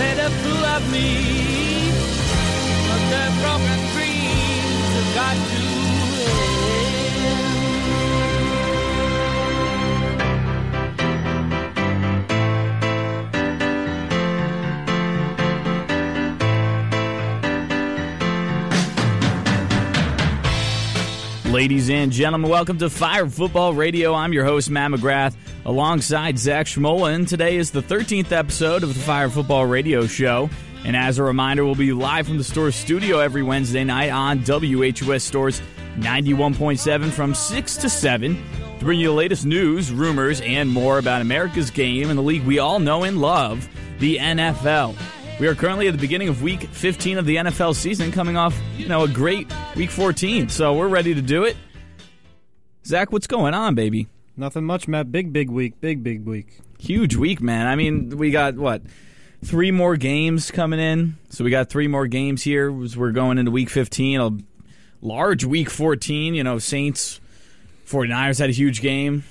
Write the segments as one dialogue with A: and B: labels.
A: better to love me. But the broken dreams have got to end.
B: Ladies and gentlemen, welcome to Fire Football Radio. I'm your host, Matt McGrath, alongside Zach Schmola, and today is the 13th episode of the Fire Football Radio Show. And as a reminder, we'll be live from the store studio every Wednesday night on WHUS Stores 91.7 from 6 to 7 to bring you the latest news, rumors, and more about America's game and the league we all know and love, the NFL. We are currently at the beginning of week 15 of the NFL season, coming off, you know, a great week 14. So we're ready to do it. Zach, what's going on, baby?
C: Nothing much, Matt. Big, big week. Big, big week.
B: Huge week, man. I mean, we got what? Three more games coming in. So we got three more games here as we're going into week 15. A large week 14. You know, Saints, 49ers had a huge game.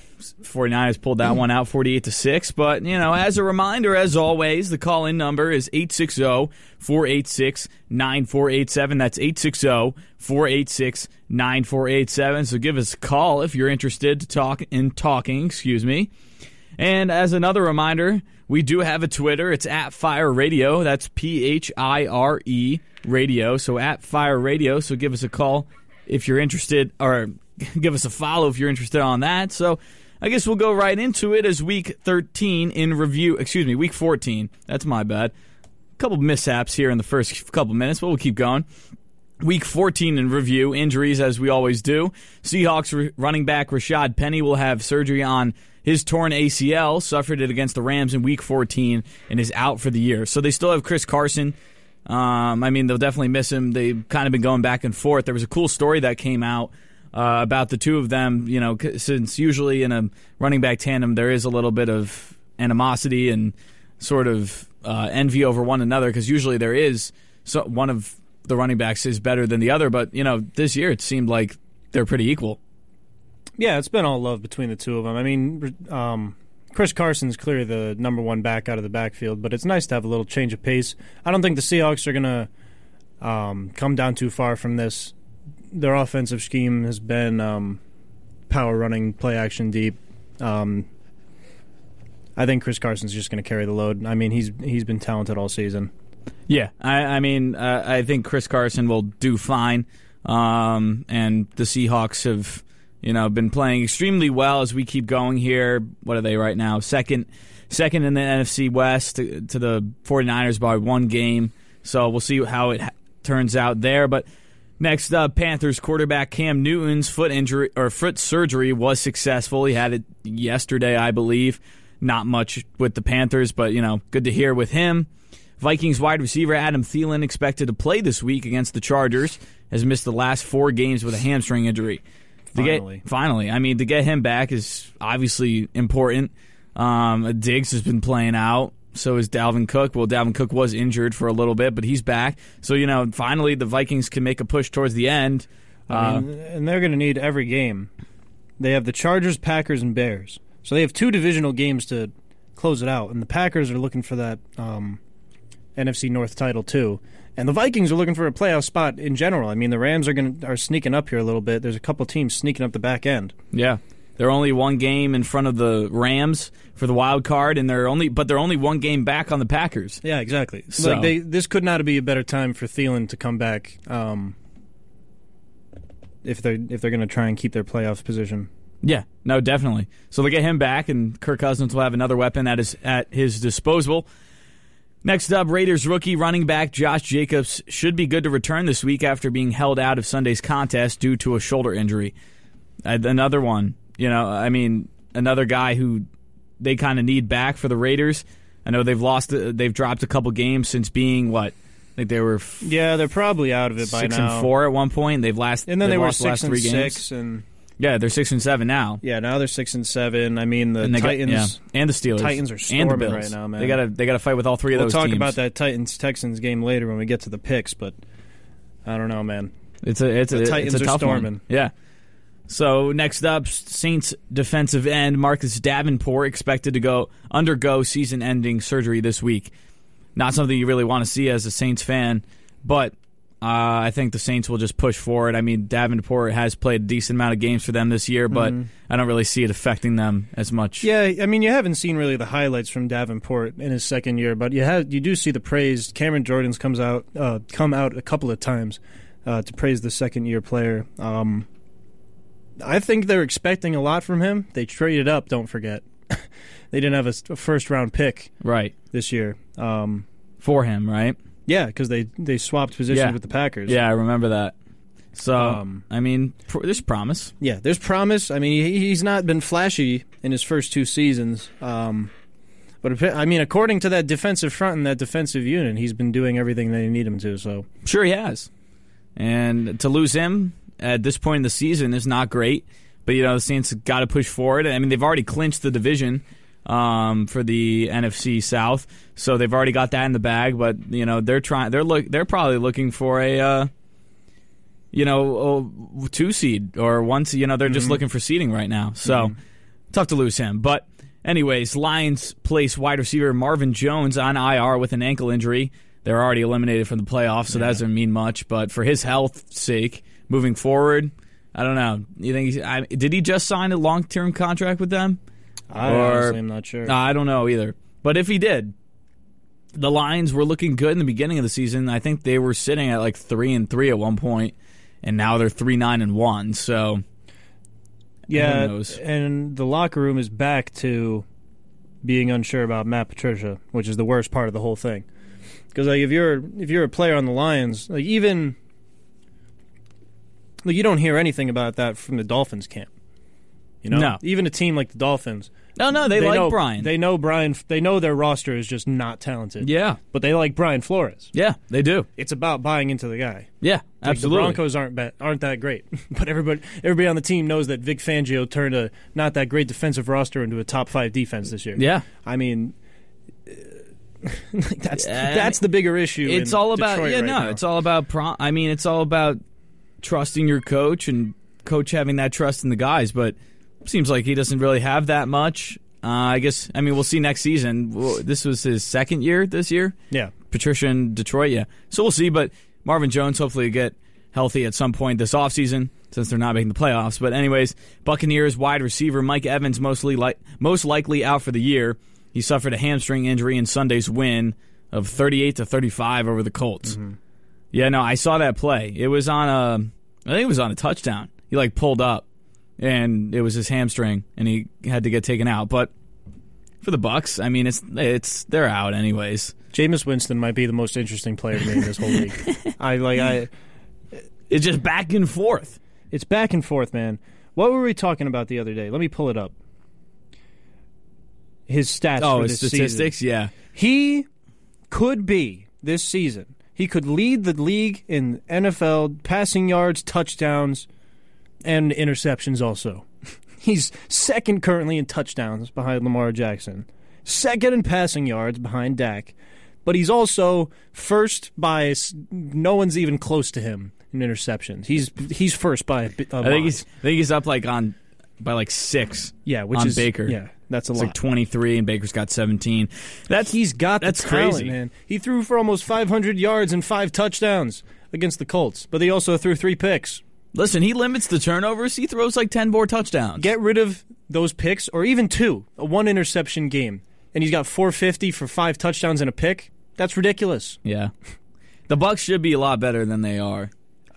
B: 49ers pulled that one out 48 to 6. But, you know, as a reminder, as always, the call in number is oh, 860 486 9487. That's oh, 860 486 9487. So give us a call if you're interested to talk in talking, excuse me. And as another reminder, we do have a Twitter. It's at Fire Radio. That's P H I R E Radio. So at Fire Radio. So give us a call if you're interested, or give us a follow if you're interested on that. So I guess we'll go right into it as week 13 in review. Excuse me, week 14. That's my bad. A couple mishaps here in the first couple minutes, but we'll keep going. Week 14 in review, injuries as we always do. Seahawks re- running back Rashad Penny will have surgery on his torn ACL, suffered it against the Rams in week 14, and is out for the year. So they still have Chris Carson. Um, I mean, they'll definitely miss him. They've kind of been going back and forth. There was a cool story that came out uh, about the two of them, you know, c- since usually in a running back tandem, there is a little bit of animosity and sort of uh, envy over one another because usually there is so one of the running backs is better than the other. But you know, this year it seemed like they're pretty equal.
C: Yeah, it's been all love between the two of them. I mean, um, Chris Carson's clearly the number one back out of the backfield, but it's nice to have a little change of pace. I don't think the Seahawks are going to um, come down too far from this. Their offensive scheme has been um, power running, play action deep. Um, I think Chris Carson's just going to carry the load. I mean, he's he's been talented all season.
B: Yeah, I, I mean, uh, I think Chris Carson will do fine, um, and the Seahawks have, you know, been playing extremely well as we keep going here. What are they right now? Second, second in the NFC West to, to the 49ers by one game. So we'll see how it ha- turns out there. But next up, Panthers quarterback Cam Newton's foot injury or foot surgery was successful. He had it yesterday, I believe. Not much with the Panthers, but you know, good to hear with him. Vikings wide receiver Adam Thielen expected to play this week against the Chargers has missed the last four games with a hamstring injury. To get-
C: Finally.
B: finally, I mean, to get him back is obviously important. Um, Diggs has been playing out. So is Dalvin Cook. Well, Dalvin Cook was injured for a little bit, but he's back. So you know, finally, the Vikings can make a push towards the end.
C: I
B: Uh,
C: mean, and they're going to need every game. They have the Chargers, Packers, and Bears. So they have two divisional games to close it out, and the Packers are looking for that um, NFC North title too. And the Vikings are looking for a playoff spot in general. I mean, the Rams are going are sneaking up here a little bit. There's a couple teams sneaking up the back end.
B: Yeah. They're only one game in front of the Rams for the wild card, and they're only but they're only one game back on the Packers.
C: Yeah, exactly.
B: So-
C: Like they, this could not be a better time for Thielen to come back. Um, if they're if they're going to try and keep their playoff position.
B: Yeah, no, definitely. So they get him back, and Kirk Cousins will have another weapon at his at his disposal. Next up, Raiders rookie running back Josh Jacobs should be good to return this week after being held out of Sunday's contest due to a shoulder injury. Uh, Another one, you know, I mean, another guy who they kind of need back for the Raiders. I know they've lost, uh, they've dropped a couple games since being what? I think they were f-
C: Yeah, they're probably out of it by
B: six
C: now.
B: and four at one point. They've last,
C: And then
B: they've
C: they were
B: lost the
C: six
B: last
C: and
B: three games.
C: six, and
B: Yeah, they're six and seven now.
C: yeah, now they're six and seven. I mean, the
B: and they
C: Titans.
B: got, yeah, and the Steelers.
C: Titans are
B: and the
C: storming
B: Bills.
C: right now, man.
B: They got to they got to fight with all three of
C: We'll
B: those
C: talk
B: teams.
C: about that Titans Texans game later when we get to the picks, but I don't know, man.
B: It's a it's
C: The
B: a
C: Titans
B: it's a
C: are
B: tough One.
C: storming.
B: Yeah. So next up, Saints defensive end Marcus Davenport expected to go undergo season-ending surgery this week. Not something you really want to see as a Saints fan, but uh, I think the Saints will just push forward. I mean, Davenport has played a decent amount of games for them this year, but I don't really see it affecting them as much.
C: Mm-hmm. Yeah, I mean, you haven't seen really the highlights from Davenport in his second year, but you have you do see the praise. Cameron Jordan's comes out uh, come out a couple of times uh, to praise the second year player. Um, I think they're expecting a lot from him. They traded up. Don't forget, they didn't have a, s- a first round pick
B: Right.
C: this year. Um,
B: For him, right?
C: yeah, because they they swapped positions
B: Yeah.
C: with the Packers.
B: Yeah, I remember that. So,
C: Um,
B: I mean, pr- there's promise.
C: Yeah, there's promise. I mean, he- he's not been flashy in his first two seasons. Um, but appa- I mean, according to that defensive front and that defensive unit, he's been doing everything they need him to. So
B: Sure, he has. And to lose him at this point in the season is not great. But you know, the Saints got to push forward. I mean, they've already clinched the division um, for the NFC South, so they've already got that in the bag. But you know, they're trying. They're look. They're probably looking for a. Uh, you know, a two seed or one seed. You know, they're just looking for seeding right now. So tough to lose him. But, anyways, Lions place wide receiver Marvin Jones on IR with an ankle injury. They're already eliminated from the playoffs, so that doesn't mean much. But for his health's sake, moving forward, I don't know. You think? He's, I, did he just sign a long-term contract with them?
C: I
B: Or-
C: honestly am not sure.
B: Uh, I don't know either. But if he did, the Lions were looking good in the beginning of the season. I think they were sitting at like three and three at one point, and now they're three nine and one. So
C: yeah,
B: knows?
C: and the locker room is back to being unsure about Matt Patricia, which is the worst part of the whole thing. Because like if you're if you're a player on the Lions, like even like you don't hear anything about that from the Dolphins camp. You know,
B: No.
C: even a team like the Dolphins.
B: no, no, they, like
C: know,
B: Brian.
C: They know Brian. They know their roster is just not talented.
B: yeah,
C: but they like Brian Flores.
B: yeah, they do.
C: It's about buying into the guy.
B: Yeah,
C: Like,
B: absolutely.
C: the Broncos aren't ba- aren't that great, but everybody everybody on the team knows that Vic Fangio turned a not that great defensive roster into a top five defense this year.
B: Yeah,
C: I mean. uh, that's
B: Yeah,
C: that's the bigger issue.
B: it's
C: in
B: all about
C: Detroit
B: yeah.
C: right
B: no,
C: now.
B: it's all about pro. I mean, it's all about trusting your coach and coach having that trust in the guys. But seems like he doesn't really have that much. Uh, I guess. I mean, we'll see next season. Well, This was his second year this year.
C: yeah.
B: Patricia in Detroit. Yeah, so we'll see. But Marvin Jones hopefully get healthy at some point this offseason since they're not making the playoffs. But anyways, Buccaneers wide receiver Mike Evans mostly li- most likely out for the year. He suffered a hamstring injury in Sunday's win of 38 to 35 over the Colts. Yeah, no, I saw that play. It was on a I think it was on a touchdown. He like pulled up and it was his hamstring and he had to get taken out. But for the Bucks, I mean it's it's they're out anyways.
C: Jameis Winston might be the most interesting player to me in this whole league. I like I.
B: It's just back and forth.
C: It's back and forth, man. What were we talking about the other day? Let me pull it up. His stats.
B: oh,
C: for
B: it's
C: this
B: statistics,
C: Season.
B: yeah.
C: He could be this season. He could lead the league in NFL passing yards, touchdowns, and interceptions. Also, he's second currently in touchdowns behind Lamar Jackson. Second in passing yards behind Dak, but he's also first by s- no one's even close to him in interceptions. He's he's first by a, bi- a
B: I think
C: lot.
B: he's I think he's up like on by like six.
C: Yeah, which
B: on
C: is
B: Baker.
C: Yeah, that's a
B: It's
C: lot.
B: like twenty three and Baker's got seventeen. That's
C: He's got the
B: That's
C: talent,
B: crazy.
C: man. He threw for almost 500 yards and five touchdowns against the Colts, but he also threw three picks.
B: listen, he limits the turnovers, he throws like ten more touchdowns.
C: Get rid of those picks, or even two, a one interception game, and he's got 450 for five touchdowns and a pick. That's ridiculous.
B: yeah. The Bucks should be a lot better than they are.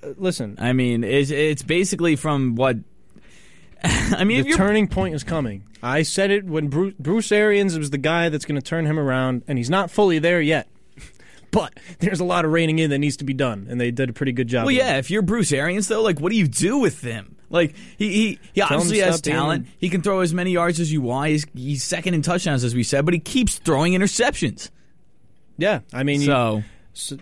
C: Uh, Listen,
B: I mean, it's it's basically from what I mean if
C: the
B: you're
C: turning point is coming. I said it when Bruce, Bruce Arians was the guy that's going to turn him around, and he's not fully there yet. But there's a lot of reining in that needs to be done, and they did a pretty good job.
B: Well,
C: of it.
B: yeah. If you're Bruce Arians, though, like, what do you do with him? Like, he he, he
C: him
B: obviously
C: to
B: has
C: stop being-
B: talent. He can throw as many yards as you want. He's, he's second in touchdowns, as we said, but he keeps throwing interceptions.
C: yeah. I mean, you-
B: So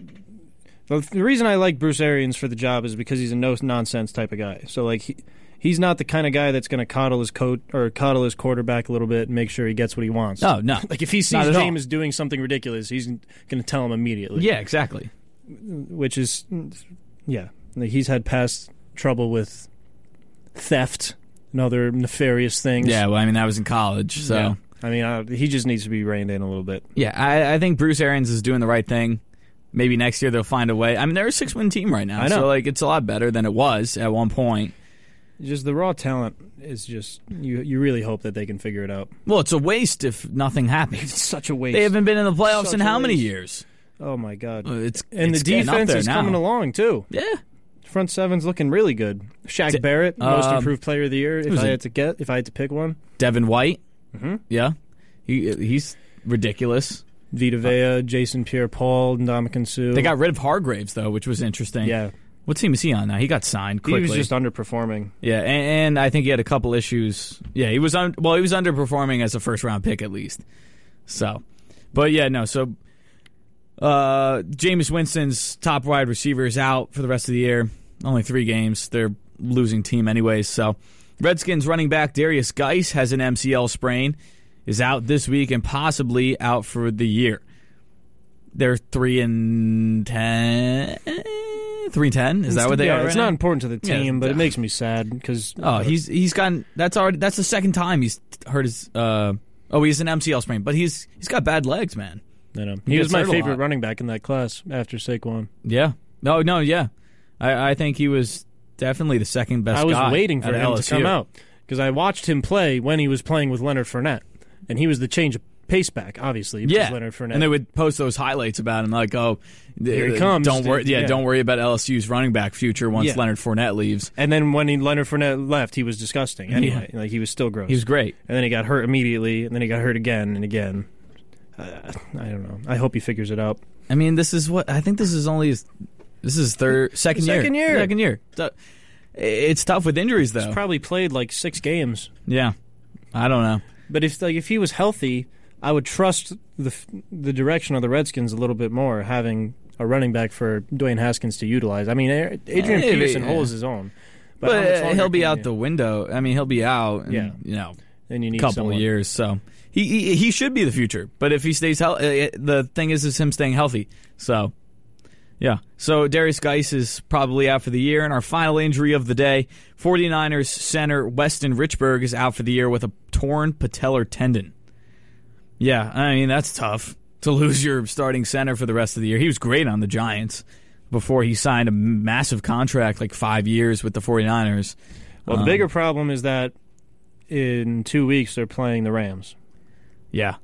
C: Well, The reason I like Bruce Arians for the job is because he's a no nonsense type of guy. So like he, he's not the kind of guy that's going to coddle his coat or coddle his quarterback a little bit and make sure he gets what he wants.
B: Oh, no, no.
C: Like if he
B: Not
C: sees
B: at all.
C: James doing something ridiculous, he's going to tell him immediately.
B: yeah, exactly.
C: which is yeah, like he's had past trouble with theft and other nefarious things.
B: Yeah, well, I mean, that was in college, so
C: Yeah. I mean, I, he just needs to be reined in a little bit.
B: Yeah, I, I think Bruce Arians is doing the right thing. Maybe next year they'll find a way. I mean, they're a six-win team right now,
C: I know.
B: so like it's a lot better than it was at one point.
C: Just the raw talent is just you. You really hope that they can figure it out.
B: Well, it's a waste if nothing happens.
C: It's such a waste.
B: They haven't been in the playoffs
C: Such
B: in
C: a
B: how many
C: waste.
B: years?
C: oh my god.
B: Uh, It's
C: and
B: it's
C: the
B: getting up
C: defense
B: there
C: is
B: now.
C: coming along too.
B: Yeah,
C: Front seven's looking really good. Shaq
B: Di-
C: Barrett, most
B: um,
C: improved player of the year. If
B: who's
C: I
B: it?
C: had to get, if I had to pick one,
B: Devin White.
C: Mhm.
B: Yeah, he he's ridiculous.
C: Vita Vea, Jason Pierre-Paul, Ndamukong Suh.
B: Uh, They got rid of Hargraves though, which was interesting.
C: yeah.
B: What team is he on now? He got signed
C: He
B: quickly.
C: was just underperforming.
B: yeah, and, and I think he had a couple issues. Yeah, he was un- well, he was underperforming as a first round pick at least. So, but yeah, no. So, uh, Jameis Winston's top wide receiver is out for the rest of the year. Only three games. They're losing team anyways. So, Redskins running back Darius Geis has an MCL sprain, is out this week and possibly out for the year. They're three and ten. Three and ten. Is that what they
C: yeah,
B: are?
C: It's
B: right
C: not
B: now?
C: important to the
B: Yeah.
C: team, but it makes me sad because
B: Oh, he's he's gotten that's already that's the second time he's hurt his uh oh he's an MCL sprain, but he's he's got bad legs, man.
C: you know,
B: he
C: he was
B: gets
C: my
B: hurt a
C: favorite
B: lot.
C: running back in that class after Saquon.
B: Yeah. No, no, yeah. I, I think he was definitely the second best.
C: I was
B: guy
C: waiting for
B: at
C: him
B: LSU.
C: to come out because I watched him play when he was playing with Leonard Fournette, and he was the change of pace back, obviously. because
B: Yeah,
C: Leonard Fournette.
B: and they would post those highlights about him, like, "Oh,
C: Here he comes.
B: Don't worry, yeah,
C: Yeah.
B: don't worry about LSU's running back future once
C: Yeah.
B: Leonard Fournette leaves.
C: And then when he, Leonard Fournette left, he was disgusting. Anyway, like he was still gross.
B: He was great.
C: and then he got hurt immediately, and then he got hurt again and again. Uh, I don't know. I hope he figures it out.
B: I mean, this is what I think. This is only his, this is third second year,
C: Second year.
B: second year. So, It's tough with injuries though.
C: He's probably played like six games,
B: yeah, I don't know.
C: but if like if he was healthy, I would trust the f- the direction of the Redskins a little bit more, having a running back for Dwayne Haskins to utilize. I mean, A- Adrian
B: Maybe,
C: Peterson
B: yeah.
C: holds his own,
B: But,
C: how much
B: uh,
C: longer
B: he'll be
C: can
B: out
C: you-
B: the window. I mean, he'll be out. In,
C: Yeah.
B: you know,
C: and you
B: a
C: need
B: couple
C: someone.
B: of years. So he, he he should be the future. But if he stays healthy, the thing is, is him staying healthy. So yeah. So Darius Geis is probably out for the year. And our final injury of the day: 49ers center Weston Richburg is out for the year with a torn patellar tendon. Yeah, I mean that's tough to lose your starting center for the rest of the year. He was great on the Giants before he signed a massive contract like 5 years with the 49ers.
C: Well, the
B: Um,
C: bigger problem is that in two weeks they're playing the Rams.
B: Yeah.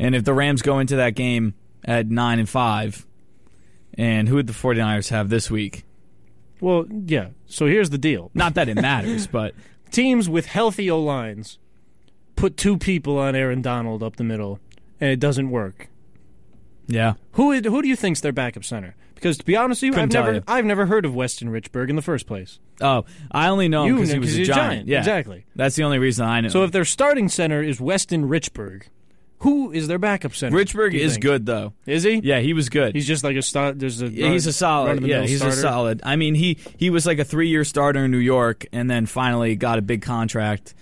B: And if the Rams go into that game at 9 and 5, and who would the 49ers have this week?
C: Well, yeah. So here's the deal:
B: Not that it matters, but
C: teams with healthy O lines put two people on Aaron Donald up the middle, and it doesn't work.
B: yeah.
C: Who i- who do you think's their backup center? Because to be honest with you,
B: Couldn't
C: I've
B: tell
C: never
B: you.
C: I've never heard of Weston Richburg in the first place.
B: Oh, I only know him
C: you
B: because
C: know,
B: he was a
C: he's
B: giant. Yeah.
C: exactly.
B: That's the only reason I know.
C: So if their starting center is Weston Richburg, who is their backup center?
B: Richburg
C: do you
B: is
C: think?
B: good though.
C: Is he?
B: Yeah, he was good.
C: He's just like a start. There's a
B: Yeah, he's a solid.
C: run-of-the-mill
B: Yeah, he's a
C: starter.
B: solid. I mean, he he was like a three year starter in New York, and then finally got a big contract.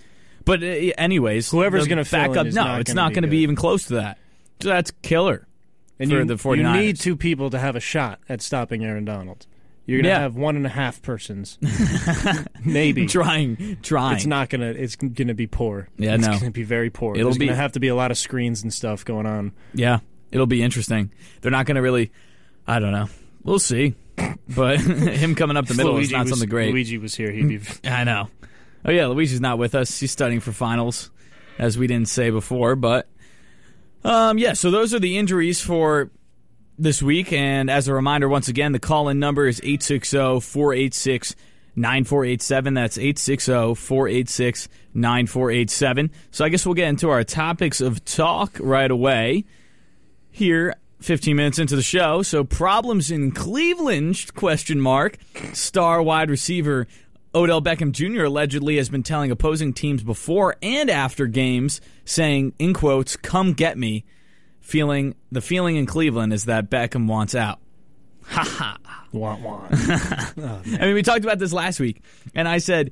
B: But uh, anyways,
C: Whoever's
B: the
C: gonna fill
B: back
C: in
B: up.
C: is
B: No,
C: not
B: it's
C: gonna
B: not
C: be
B: going to be
C: good.
B: even close to that. So that's killer.
C: and
B: for
C: you,
B: the
C: You
B: 49ers.
C: need two people to have a shot at stopping Aaron Donald. You're gonna
B: Yeah.
C: have one and a half persons, maybe.
B: Trying, trying.
C: It's not gonna. It's gonna be poor.
B: Yeah,
C: it's
B: no.
C: gonna be very poor.
B: It'll
C: There's
B: be-
C: gonna have to be a lot of screens and stuff going on.
B: Yeah, it'll be interesting. They're not going to really. I don't know. We'll see. But him coming up the
C: If
B: middle is
C: Luigi
B: not
C: was-
B: something great.
C: Luigi was here. He'd be.
B: I know. Oh yeah, Luigi's not with us. He's studying for finals, as we didn't say before. But um, yeah, so those are the injuries for this week. And as a reminder, once again, the call in number is 860 486 9487. That's 860 486 9487. So I guess we'll get into our topics of talk right away here 15 minutes into the show. So problems in Cleveland question mark star wide receiver Odell Beckham Jr. allegedly has been telling opposing teams before and after games saying in quotes come get me feeling the feeling in Cleveland is that Beckham wants out.
C: Wah, wah.
B: I mean, we talked about this last week, and I said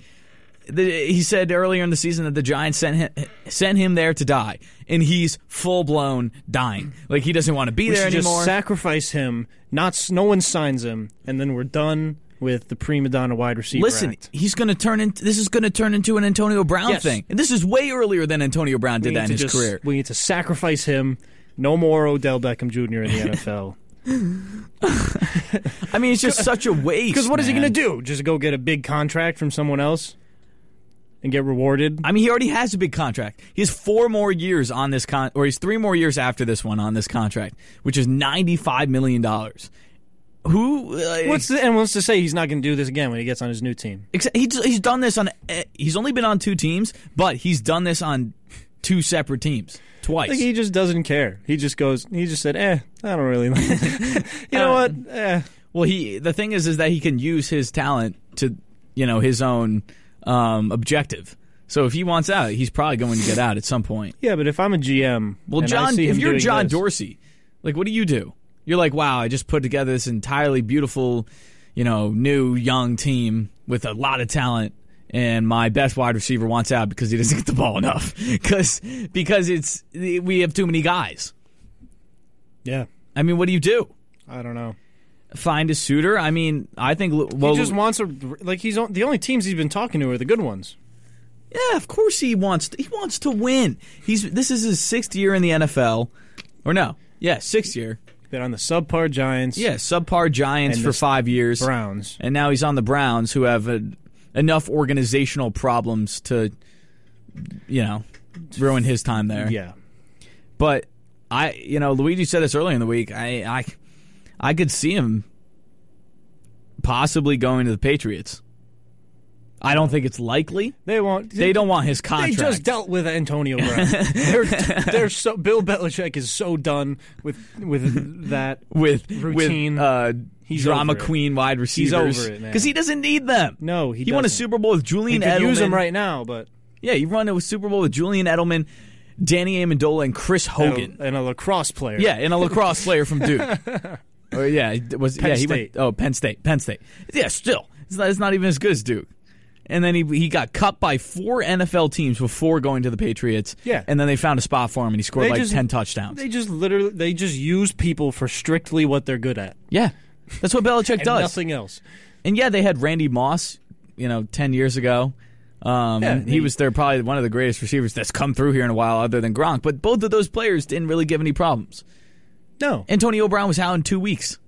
B: that he said earlier in the season that the Giants sent him, sent him there to die, and he's full blown dying. Like he doesn't want to be
C: We
B: there
C: should
B: anymore.
C: just sacrifice him. Not s- no one signs him, and then we're done. with the prima donna wide receiver.
B: Listen,
C: act.
B: he's going to turn into this is going to turn into an Antonio Brown
C: Yes.
B: thing. And this is way earlier than Antonio Brown
C: we
B: did
C: need
B: that in
C: to
B: his
C: just-
B: career.
C: We need to sacrifice him. No more Odell Beckham Jr. in the NFL.
B: I mean, it's just such a waste.
C: Because what is he
B: man.
C: going to do? Just go get a big contract from someone else and get rewarded?
B: I mean, he already has a big contract. He has four more years on this con, or he's three more years after this one on this contract, which is ninety-five million dollars. Who? uh, Like,
C: What's the, and what's to say he's not going to do this again when he gets on his new team?
B: Except he's, he's done this on. eh, He's only been on two teams, but he's done this on two separate teams twice.
C: I think he just doesn't care. He just goes. He just said, "Eh, I don't really." Like it." you know
B: Uh,
C: what? Eh.
B: well, he the thing is, is that he can use his talent to you know his own um, objective. So if he wants out, he's probably going to get out at some point.
C: Yeah, but if I'm a GM,
B: Well,
C: and I
B: John,
C: see
B: if
C: him
B: you're
C: doing
B: John
C: this-
B: Dorsey, like, what do you do? You're like, wow, I just put together this entirely beautiful, you know, new young team with a lot of talent, and my best wide receiver wants out because he doesn't get the ball enough because because it's we have too many guys.
C: yeah,
B: I mean, what do you do?
C: I don't know.
B: Find a suitor? I mean, I think well,
C: he just wants a like. He's on, the only teams he's been talking to are the good ones.
B: yeah, of course he wants he wants to win. He's this is his sixth year in the NFL, or no? Yeah, sixth year.
C: Been on the subpar Giants,
B: Yeah, subpar Giants
C: And
B: for
C: this-
B: five years.
C: Browns.
B: and now he's on the Browns, who have uh enough organizational problems to, you know, ruin his time there.
C: Yeah,
B: But I, you know, Luigi said this earlier in the week. I, I, I could see him possibly going to the Patriots. I don't think it's likely.
C: they won't.
B: They don't want his
C: They
B: contract.
C: just dealt with Antonio Brown. they're, they're so Bill Belichick is so done with with that.
B: with
C: Routine.
B: with uh,
C: He's
B: drama
C: over it.
B: queen wide receivers
C: over it, man.
B: he doesn't need them.
C: No, he
B: he, won a
C: doesn't.
B: Super Bowl with Julian
C: You could
B: Edelman.
C: use him right now, but
B: Yeah, you run a Super Bowl with Julian Edelman, Danny Amendola, and Chris Hogan.
C: and a, and a lacrosse player.
B: yeah, and a lacrosse player from Duke. or yeah, it was
C: Penn
B: yeah he
C: State.
B: went oh Penn State, Penn State. Yeah, still it's not, it's not even as good as Duke. And then he he got cut by four NFL teams before going to the Patriots.
C: Yeah.
B: and then they found a spot for him, and he scored
C: They
B: like
C: just-
B: ten touchdowns.
C: They just literally they just use people for strictly what they're good at.
B: yeah, that's what Belichick
C: and
B: does.
C: nothing else.
B: And yeah, they had Randy Moss, you know, ten years ago. Um,
C: Yeah,
B: and
C: they-
B: he was there probably one of the greatest receivers that's come through here in a while, other than Gronk. But both of those players didn't really give any problems.
C: No.
B: Antonio Brown was out in two weeks.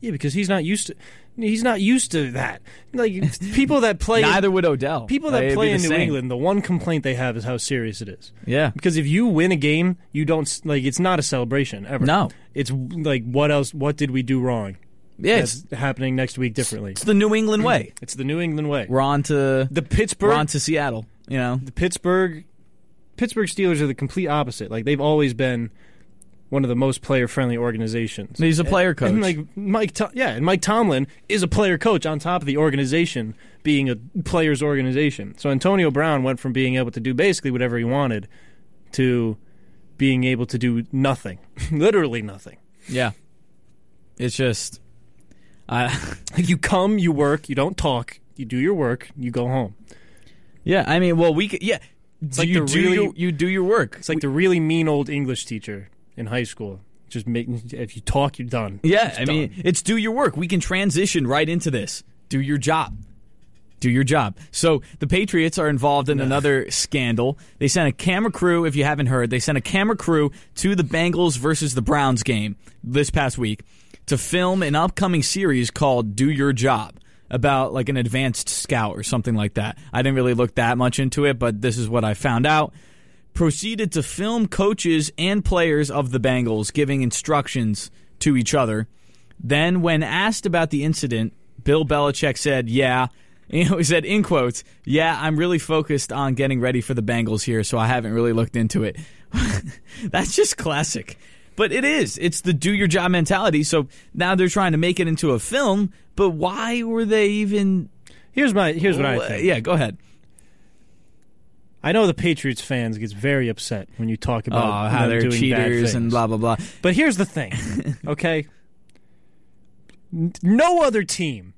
C: Yeah, because he's not used to he's not used to that. Like people that play
B: Neither would Odell.
C: people
B: Like,
C: that
B: it'd be
C: play
B: the
C: in New
B: same.
C: England, the one complaint they have is how serious it is.
B: Yeah.
C: Because if you win a game, you don't s- like it's not a celebration ever.
B: No.
C: It's like what else what did we do wrong?
B: Yeah,
C: That's
B: it's,
C: happening next week differently.
B: it's the New England way.
C: It's the New England way.
B: We're on to
C: The
B: we're
C: Pittsburgh
B: on to Seattle. You know,
C: the Pittsburgh Pittsburgh Steelers are the complete opposite. Like they've always been one of the most player friendly organizations.
B: he's a player coach.
C: And like Mike, Tom- yeah, and Mike Tomlin is a player coach on top of the organization being a players organization. So Antonio Brown went from being able to do basically whatever he wanted to being able to do nothing, literally nothing.
B: yeah, it's just, I.
C: Like you come, you work, you don't talk, you do your work, you go home.
B: Yeah, I mean, well, we could. Yeah, do
C: like
B: you
C: the
B: do
C: really-
B: your, you do your work.
C: It's like the really mean old English teacher in high school. Just making if you talk, you're done.
B: Yeah,
C: It's
B: I mean,
C: done.
B: it's do your work. We can transition right into this. Do your job. Do your job. So the Patriots are involved in another scandal. They sent a camera crew, if you haven't heard, they sent a camera crew to the Bengals versus the Browns game this past week to film an upcoming series called Do Your Job about like an advanced scout or something like that. I didn't really look that much into it, but this is what I found out proceeded to film coaches and players of the Bengals giving instructions to each other. Then, when asked about the incident, Bill Belichick said, Yeah. He said, in quotes, yeah, I'm really focused on getting ready for the Bengals here, so I haven't really looked into it. That's just classic. But it is. It's the do your job mentality. So now they're trying to make it into a film, but why were they even.
C: here's my here's what I think.
B: Yeah, go ahead.
C: I know the Patriots fans gets very upset when you talk
B: Oh,
C: about
B: how
C: them
B: they're
C: doing bad
B: cheaters and
C: things.
B: blah, blah, blah.
C: But here's the thing, okay? N- No other team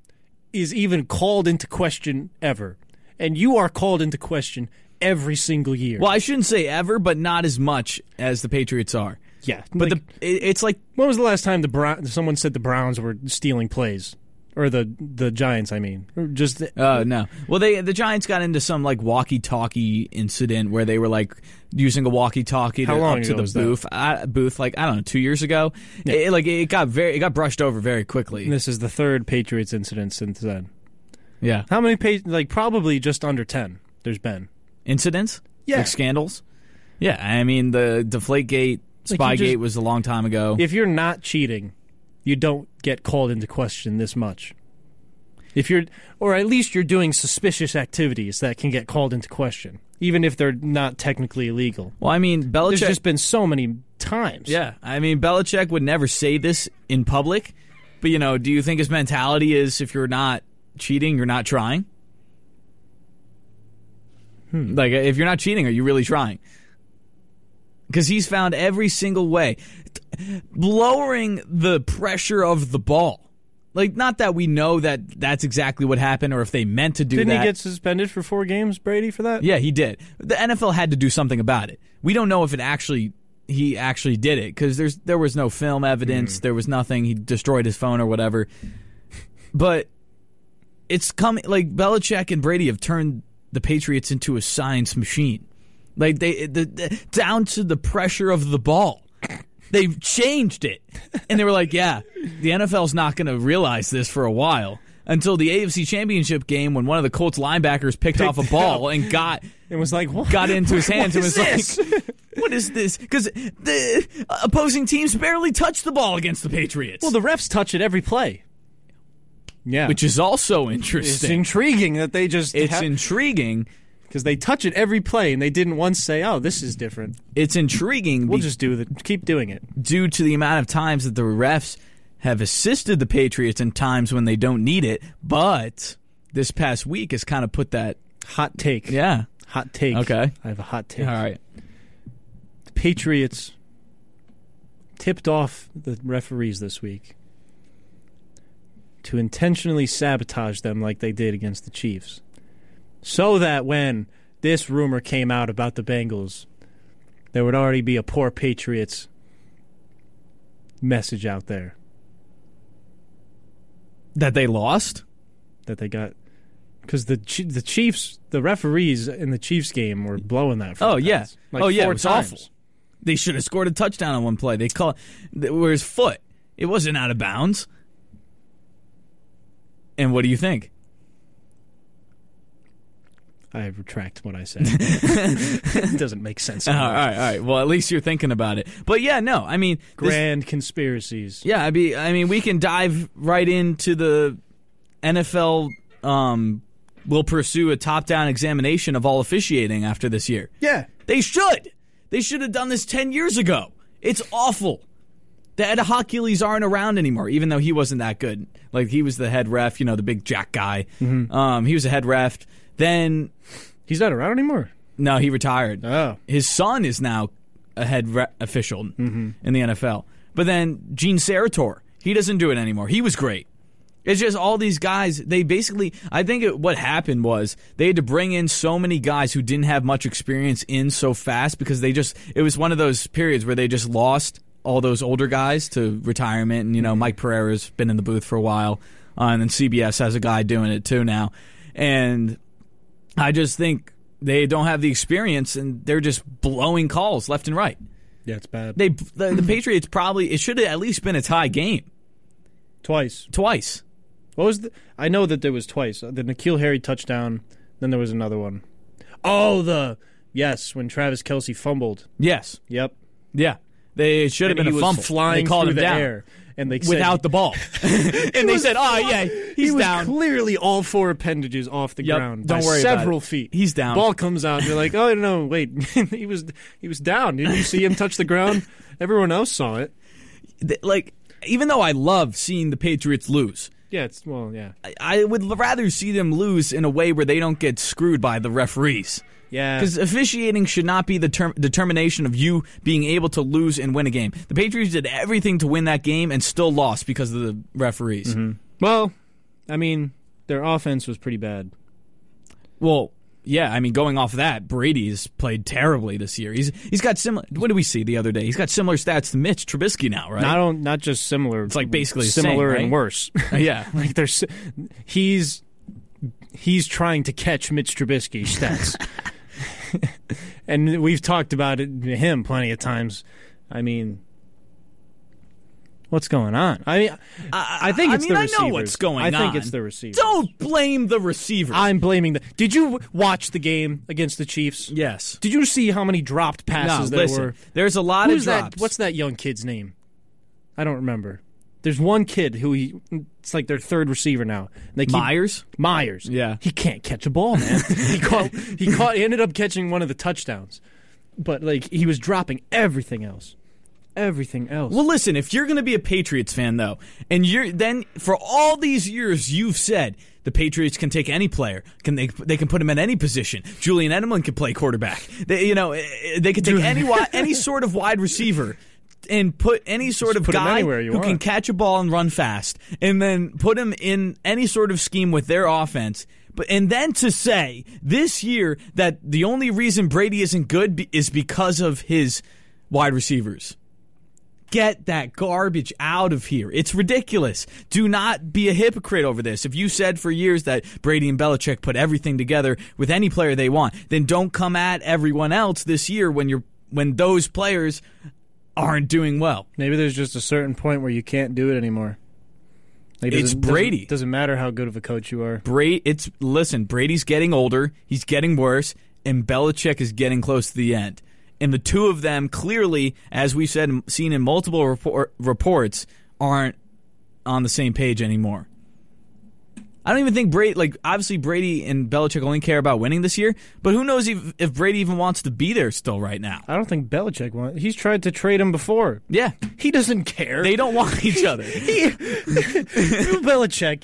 C: is even called into question ever, and you are called into question every single year.
B: Well, I shouldn't say ever, but not as much as the Patriots are.
C: Yeah,
B: But
C: but
B: the it, it's like
C: when was the last time the Brown, someone said the Browns were stealing plays or the the Giants. I mean, Or just the-
B: Oh no! Well, they the Giants got into some like walkie-talkie incident where they were like using a walkie-talkie to,
C: How long
B: up to
C: ago
B: the
C: was that?
B: booth. I, booth like I don't know, two years ago. It, like it got very it got brushed over very quickly.
C: this is the third Patriots incident since then.
B: yeah,
C: How many pa- like probably just under ten? There's been.
B: incidents.
C: Yeah.
B: like scandals. Yeah, I mean the DeflateGate,
C: you
B: SpyGate
C: just-
B: was a long time ago.
C: If you're not cheating, you don't get called into question this much. If you're, or at least you're doing suspicious activities that can get called into question, even if they're not technically illegal.
B: well, I mean Belichick.
C: There's just been so many times.
B: yeah, I mean Belichick would never say this in public, but you know, do you think his mentality is if you're not cheating, you're not trying?
C: Hmm.
B: Like if you're not cheating, are you really trying? Because he's found every single way, T- lowering the pressure of the ball. Like not that we know that that's exactly what happened, or if they meant to do
C: Didn't
B: that.
C: he get suspended for four games, Brady, for that?
B: Yeah, he did. The NFL had to do something about it. We don't know if it actually he actually did it because there's there was no film evidence. There was nothing. He destroyed his phone or whatever. But it's coming like Belichick and Brady have turned the Patriots into a science machine. Like they the, the, down to the pressure of the ball. They've changed it. And they were like, yeah, the NFL's not going to realize this for a while until the AFC Championship game when one of the Colts linebackers picked, off a ball and got
C: It was like, what?
B: got into his hands and
C: is
B: was like, what is this? Because the opposing teams barely touched the ball against the Patriots,
C: well, the refs touch it every play. Yeah.
B: which is also
C: it's
B: interesting.
C: intriguing that they just.
B: It's
C: ha-
B: intriguing.
C: because they touch it every play and they didn't once say, "Oh, this is different."
B: It's intriguing
C: We'll
B: be-
C: just do it. Keep doing it.
B: due to the amount of times that the refs have assisted the Patriots in times when they don't need it. But this past week has kind of put that.
C: Hot take.
B: Yeah.
C: Hot take.
B: Okay.
C: I have a hot take.
B: All right.
C: The Patriots tipped off the referees this week to intentionally sabotage them like they did against the Chiefs. So that when this rumor came out about the Bengals, there would already be a poor Patriots message out there
B: That they lost.
C: that they got because the Chi- the Chiefs, the referees in the Chiefs game were blowing that. For
B: Oh, yeah.
C: like
B: Oh, yeah,
C: four
B: it was
C: times.
B: awful. They should have scored a touchdown on one play. They call it where his foot. It wasn't out of bounds. And what do you think?
C: I retract what I said. it doesn't make sense.
B: Uh, All right, all right. Well, at least you're thinking about it. But yeah, no. I mean, this-
C: Grand conspiracies.
B: Yeah, I be I mean we can dive right into the NFL um will pursue a top-down examination of all officiating after this year.
C: Yeah.
B: They should. They should have done this 10 years ago. It's awful. The Ed Hockley's aren't around anymore, even though he wasn't that good. Like he was the head ref, you know, the big jack guy. Um, he was a head ref. Then
C: He's not around anymore.
B: no, he retired
C: Oh.
B: his son is now a head re- official in the NFL. But then Gene Sarator, he doesn't do it anymore. He was great. It's just all these guys. They basically, I think it, what happened was they had to bring in so many guys who didn't have much experience in so fast because they just. It was one of those periods where they just lost all those older guys to retirement, and you know Mike Pereira's been in the booth for a while, uh, and then CBS has a guy doing it too now, and I just think they don't have the experience and they're just blowing calls left and right.
C: Yeah, it's bad.
B: They the,
C: Mm-hmm.
B: the Patriots probably it should have at least been a tie game
C: twice.
B: twice.
C: What was the? I know that there was twice. Uh, The Nikhil Harry touchdown. Then there was another one. Oh, the yes when Travis Kelsey fumbled.
B: Yes.
C: Yep.
B: Yeah. They it should have
C: And
B: been
C: he
B: a
C: was
B: fumble.
C: flying
B: they called
C: through
B: him
C: the
B: down
C: air, and they said-
B: without the ball. and they
C: was
B: said, "Oh
C: fly-
B: yeah, he's
C: he was
B: down."
C: Clearly, all four appendages off the
B: Yep,
C: ground.
B: don't
C: by
B: worry about
C: Several
B: it.
C: feet.
B: He's down.
C: Ball comes out. You're like, oh no, wait. he was he was down. Did you see him touch the ground? Everyone else saw it.
B: Th- like even though I love seeing the Patriots lose,
C: Yeah, it's well, yeah,
B: I- I would l- rather see them lose in a way where they don't get screwed by the referees.
C: yeah.
B: Because officiating should not be the term- determination of you being able to lose and win a game. The Patriots did everything to win that game and still lost because of the referees.
C: Mm-hmm. Well, I mean, their offense was pretty bad.
B: Well, yeah, I mean, going off that, Brady's played terribly this year. He's he's got similar. What did we see the other day? He's got similar stats to Mitch Trubisky now, right?
C: Not on, not just similar. It's
B: like basically the
C: similar
B: same, right?
C: and worse.
B: yeah,
C: like there's he's he's trying to catch Mitch Trubisky stats, and we've talked about it, him plenty of times. I mean, what's going on? I mean, I think
B: I
C: it's
B: mean,
C: the
B: I
C: receivers.
B: know what's going
C: I think
B: on.
C: it's the receivers.
B: don't blame the receiver.
C: I'm blaming the. Did you watch the game against the Chiefs?
B: yes,
C: Did you see how many dropped
B: no,
C: passes there
B: listen.
C: were?
B: There's a lot
C: Who's
B: of
C: that?
B: drops.
C: What's that young kid's name? I don't remember. There's one kid who he, it's like their third receiver now. And They keep,
B: Myers?
C: Myers.
B: Yeah.
C: He can't catch a ball, man. he caught. He caught. He ended up catching one of the touchdowns, but like he was dropping everything else, everything else.
B: Well, listen, if you're going to be a Patriots fan though, and you're then for all these years you've said the Patriots can take any player, can they? They can put him in any position. Julian Edelman can play quarterback. They, you know, eh, eh, they can take any wi- any sort of wide receiver. And put any sort of
C: put him
B: guy
C: anywhere you
B: who can
C: want.
B: catch a ball and run fast, and then put him in any sort of scheme with their offense. But and then to say this year that the only reason Brady isn't good be, is because of his wide receivers get that garbage out of here. It's ridiculous. Do not be a hypocrite over this. If you said for years that Brady and Belichick put everything together with any player they want, then don't come at everyone else this year when you're when those players aren't doing well.
C: Maybe there's just a certain point where you can't do it anymore. Like,
B: It's
C: doesn't- doesn't-
B: Brady.
C: doesn't matter how good of a coach you are.
B: Brady, it's listen. Brady's getting older. He's getting worse, and Belichick is getting close to the end. And the two of them clearly, as we've said, seen in multiple report, reports, aren't on the same page anymore. I don't even think Brady. Like obviously, Brady and Belichick only care about winning this year. But who knows if, if Brady even wants to be there still right now?
C: I don't think Belichick wants. He's tried to trade him before.
B: Yeah,
C: He doesn't care.
B: they don't want each other.
C: Bill Belichick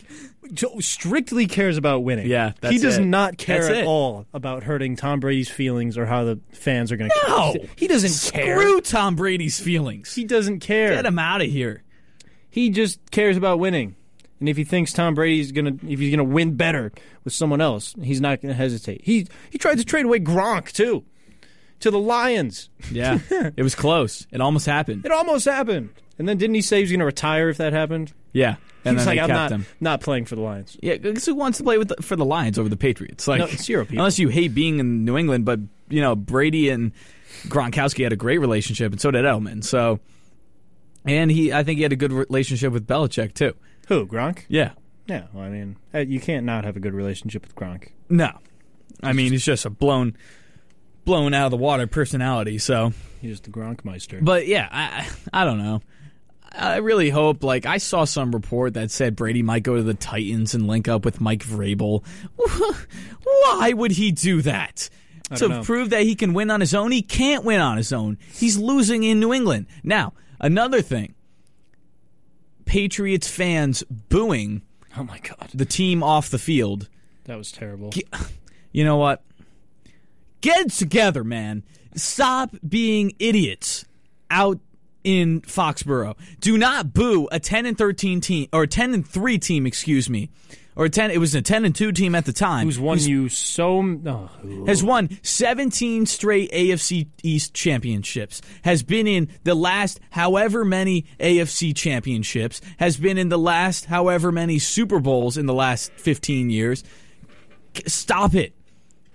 C: strictly cares about winning.
B: Yeah, that's
C: he does
B: it.
C: not care
B: That's
C: at
B: it.
C: all about hurting Tom Brady's feelings or how the fans are going to.
B: No!
C: he doesn't care.
B: Screw Tom Brady's feelings.
C: He doesn't care.
B: Get him out of here.
C: He just cares about winning. And if he thinks Tom Brady's gonna, if he's gonna win better with someone else, he's not gonna hesitate. He he tried to trade away Gronk too, to the Lions.
B: Yeah, it was close. It almost happened.
C: It almost happened. And then didn't he say he was gonna retire if that happened?
B: Yeah, and
C: he's
B: then
C: like,
B: they
C: I'm
B: kept
C: not
B: him.
C: not playing for the Lions.
B: Yeah, because who wants to play with the, for the Lions over the Patriots? Like
C: No, zero people.
B: Unless you hate being in New England, but you know Brady and Gronkowski had a great relationship, and so did Edelman. So, and he, I think he had a good relationship with Belichick too.
C: Who Gronk?
B: Yeah,
C: Yeah, well, I mean, uh, you can't not have a good relationship with Gronk.
B: no, I mean he's just a blown, blown out of the water personality. So,
C: He's the Gronkmeister.
B: But yeah, I I don't know. I really hope. Like I saw some report that said Brady might go to the Titans and link up with Mike Vrabel. Why would he do that? To
C: don't know.
B: prove that he can win on his own, he can't win on his own. He's losing in New England. Now, another thing Patriots fans booing
C: Oh my god,
B: the team off the field
C: that was terrible.
B: you know what? Get it together, man. Stop being idiots out in Foxborough. Do not boo a 10 and 13 team or a 10 and 3 team, excuse me. Or a 10 it was a 10 and 2 team at the time.
C: Who's won you so? m- Oh, who-
B: has won 17 straight AFC East championships. Has been in the last however many AFC championships. Has been in the last however many Super Bowls in the last 15 years. Stop it.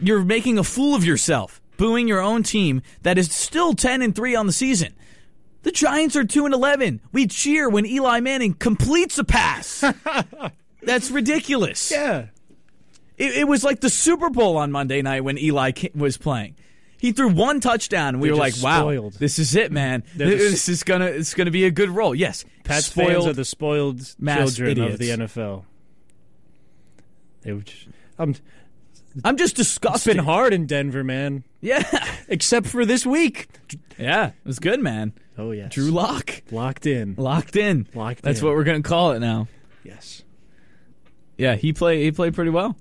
B: You're making a fool of yourself, booing your own team that is still 10 and 3 on the season. The Giants are 2 and 11. We cheer when Eli Manning completes a pass. That's ridiculous.
C: yeah,
B: It, it was like the Super Bowl on Monday night when Eli ca- was playing. He threw one touchdown, and we
C: They're
B: were like,
C: just
B: "Wow,
C: spoiled.
B: this is it, man.
C: They're
B: This,
C: just-
B: is gonna, it's gonna be a good role." Yes,
C: Pat's fans
B: spoiled.
C: are the spoiled
B: mass
C: children
B: idiots.
C: of the NFL. They would just, um,
B: I'm just
C: it's
B: disgusted.
C: been hard in Denver, man.
B: Yeah,
C: Except for this week.
B: yeah, it was good, man.
C: Oh yes,
B: Drew Lock
C: locked in.
B: locked in.
C: Locked
B: That's
C: in.
B: what we're gonna call it now.
C: Yes,
B: Yeah, he played. He played pretty well.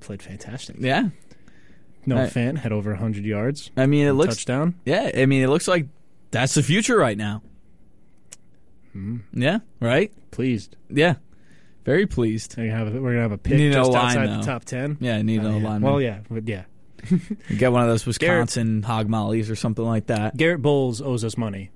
C: played fantastic.
B: Yeah,
C: No
B: All right.
C: fan had over hundred yards.
B: I mean, it looks.
C: touchdown.
B: Yeah, I mean, it looks like that's the future right now.
C: Hmm.
B: Yeah. Right.
C: Pleased.
B: Yeah. Very pleased.
C: We're gonna have a, we're gonna have a pick
B: Need a
C: just
B: line,
C: outside
B: though.
C: the top ten.
B: Yeah, I need
C: Oh,
B: a
C: yeah.
B: lineman.
C: Well, yeah, but yeah.
B: Get one of those Wisconsin hog mollies or something like that.
C: Garrett Bowles owes us money,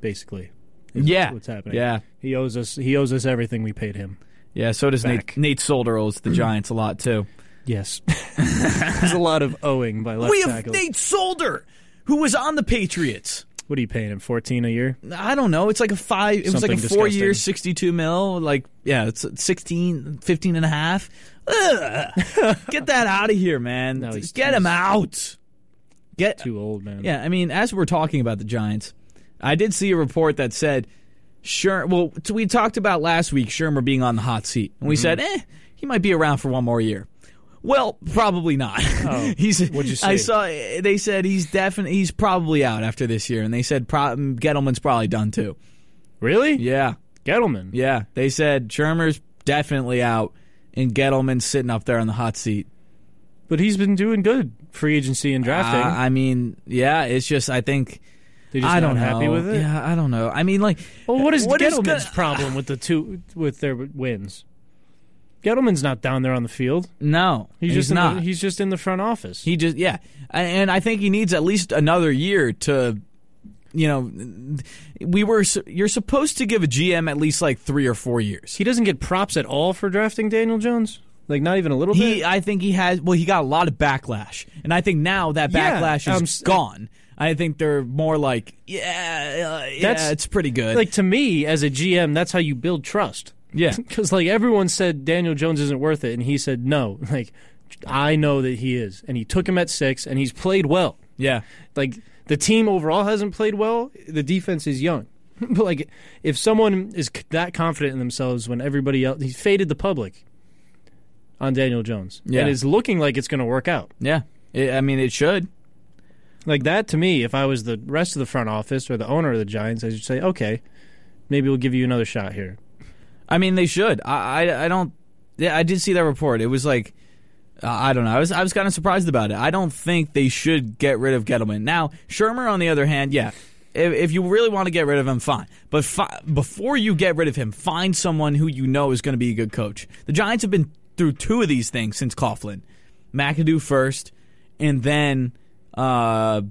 C: basically. is
B: Yeah,
C: what's happening?
B: yeah,
C: He owes us. He owes us everything we paid him.
B: yeah. So does Nate.
C: Back.
B: Nate Solder owes the Giants a lot too.
C: Yes, there's a lot of owing by left
B: we have
C: tackle.
B: Nate Solder, who was on the Patriots.
C: what are you paying him? Fourteen a year?
B: I don't know. It's like a five. It was like a
C: Something
B: four year,
C: disgusting.
B: 62 mil. Like, yeah, it's 16, 15 and a half. Ugh. Get that out of here, man.
C: No, he's-
B: Get him out. Get
C: Too old, man.
B: yeah, I mean, as we're talking about the Giants, I did see a report that said, sure. Well, t- we talked about last week Shermer being on the hot seat, and
C: Mm-hmm.
B: we said, eh, he might be around for one more year. Well, probably not.
C: Oh,
B: he's.
C: what'd you
B: I
C: see?
B: saw. They said he's definitely. He's probably out after this year, and they said pro- Gettleman's probably done too.
C: Really?
B: Yeah,
C: Gettleman.
B: yeah. They said Shermer's definitely out, and Gettleman's sitting up there on the hot seat.
C: But he's been doing good free agency and drafting.
B: Uh, I mean, yeah. It's just I think
C: They're just
B: I
C: not
B: don't know.
C: happy with it.
B: Yeah, I don't know. I mean, like,
C: Well, what is
B: What is
C: Gettleman's
B: gonna-
C: problem with the two with their wins? Gettleman's not down there on the field.
B: no,
C: He's, just in the-
B: not.
C: he's just in the front office.
B: he just, yeah, A- and I think he needs at least another year to, you know, we were. su- You're supposed to give a GM at least like three or four years.
C: he doesn't get props at all for drafting Daniel Jones. Like not even a little
B: He,
C: bit.
B: I think he has. Well, he got a lot of backlash, and I think now that
C: Yeah,
B: backlash
C: I'm
B: is
C: s-
B: gone. I think they're more like, yeah, uh, yeah,
C: That's-
B: it's pretty good.
C: Like to me as a GM, that's how you build trust.
B: yeah,
C: Because like everyone said Daniel Jones isn't worth it, and he said no. Like I know that he is, and he took him at six, and he's played well.
B: yeah.
C: Like the team overall hasn't played well. The defense is young. but like if someone is c- that confident in themselves when everybody else he's faded the public on Daniel Jones
B: Yeah.
C: and is looking like it's going to work out.
B: Yeah, It- I mean, it should.
C: Like that to me, if I was the rest of the front office or the owner of the Giants, I should say, "Okay, maybe we'll give you another shot here."
B: I mean, they should. I, I, I don't. Yeah, I did see that report. It was like, uh, I don't know. I was, I was kind of surprised about it. I don't think they should get rid of Gettleman. Now, Shermer, on the other hand, yeah. If, if you really want to get rid of him, fine. But fi- before you get rid of him, find someone who you know is going to be a good coach. The Giants have been through two of these things since Coughlin, McAdoo first, and then uh,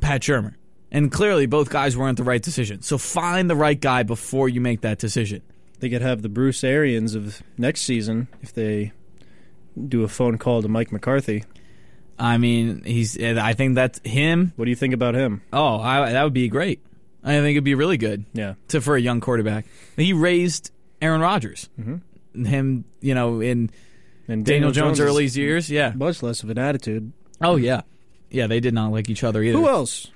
B: Pat Shermer. And clearly, both guys weren't the right decision. So find the right guy before you make that decision.
C: They could have the Bruce Arians of next season if they do a phone call to Mike McCarthy.
B: I mean, he's. and I think that's him.
C: What do you think about him?
B: Oh, I, that would be great. I think it'd be really good
C: Yeah.
B: to for a young quarterback. He raised Aaron Rodgers, mm-hmm. him. You know, in
C: And
B: Daniel, Jones'
C: is
B: early years. Yeah.
C: much less of an attitude.
B: Oh yeah, yeah. They did not like each other either.
C: Who else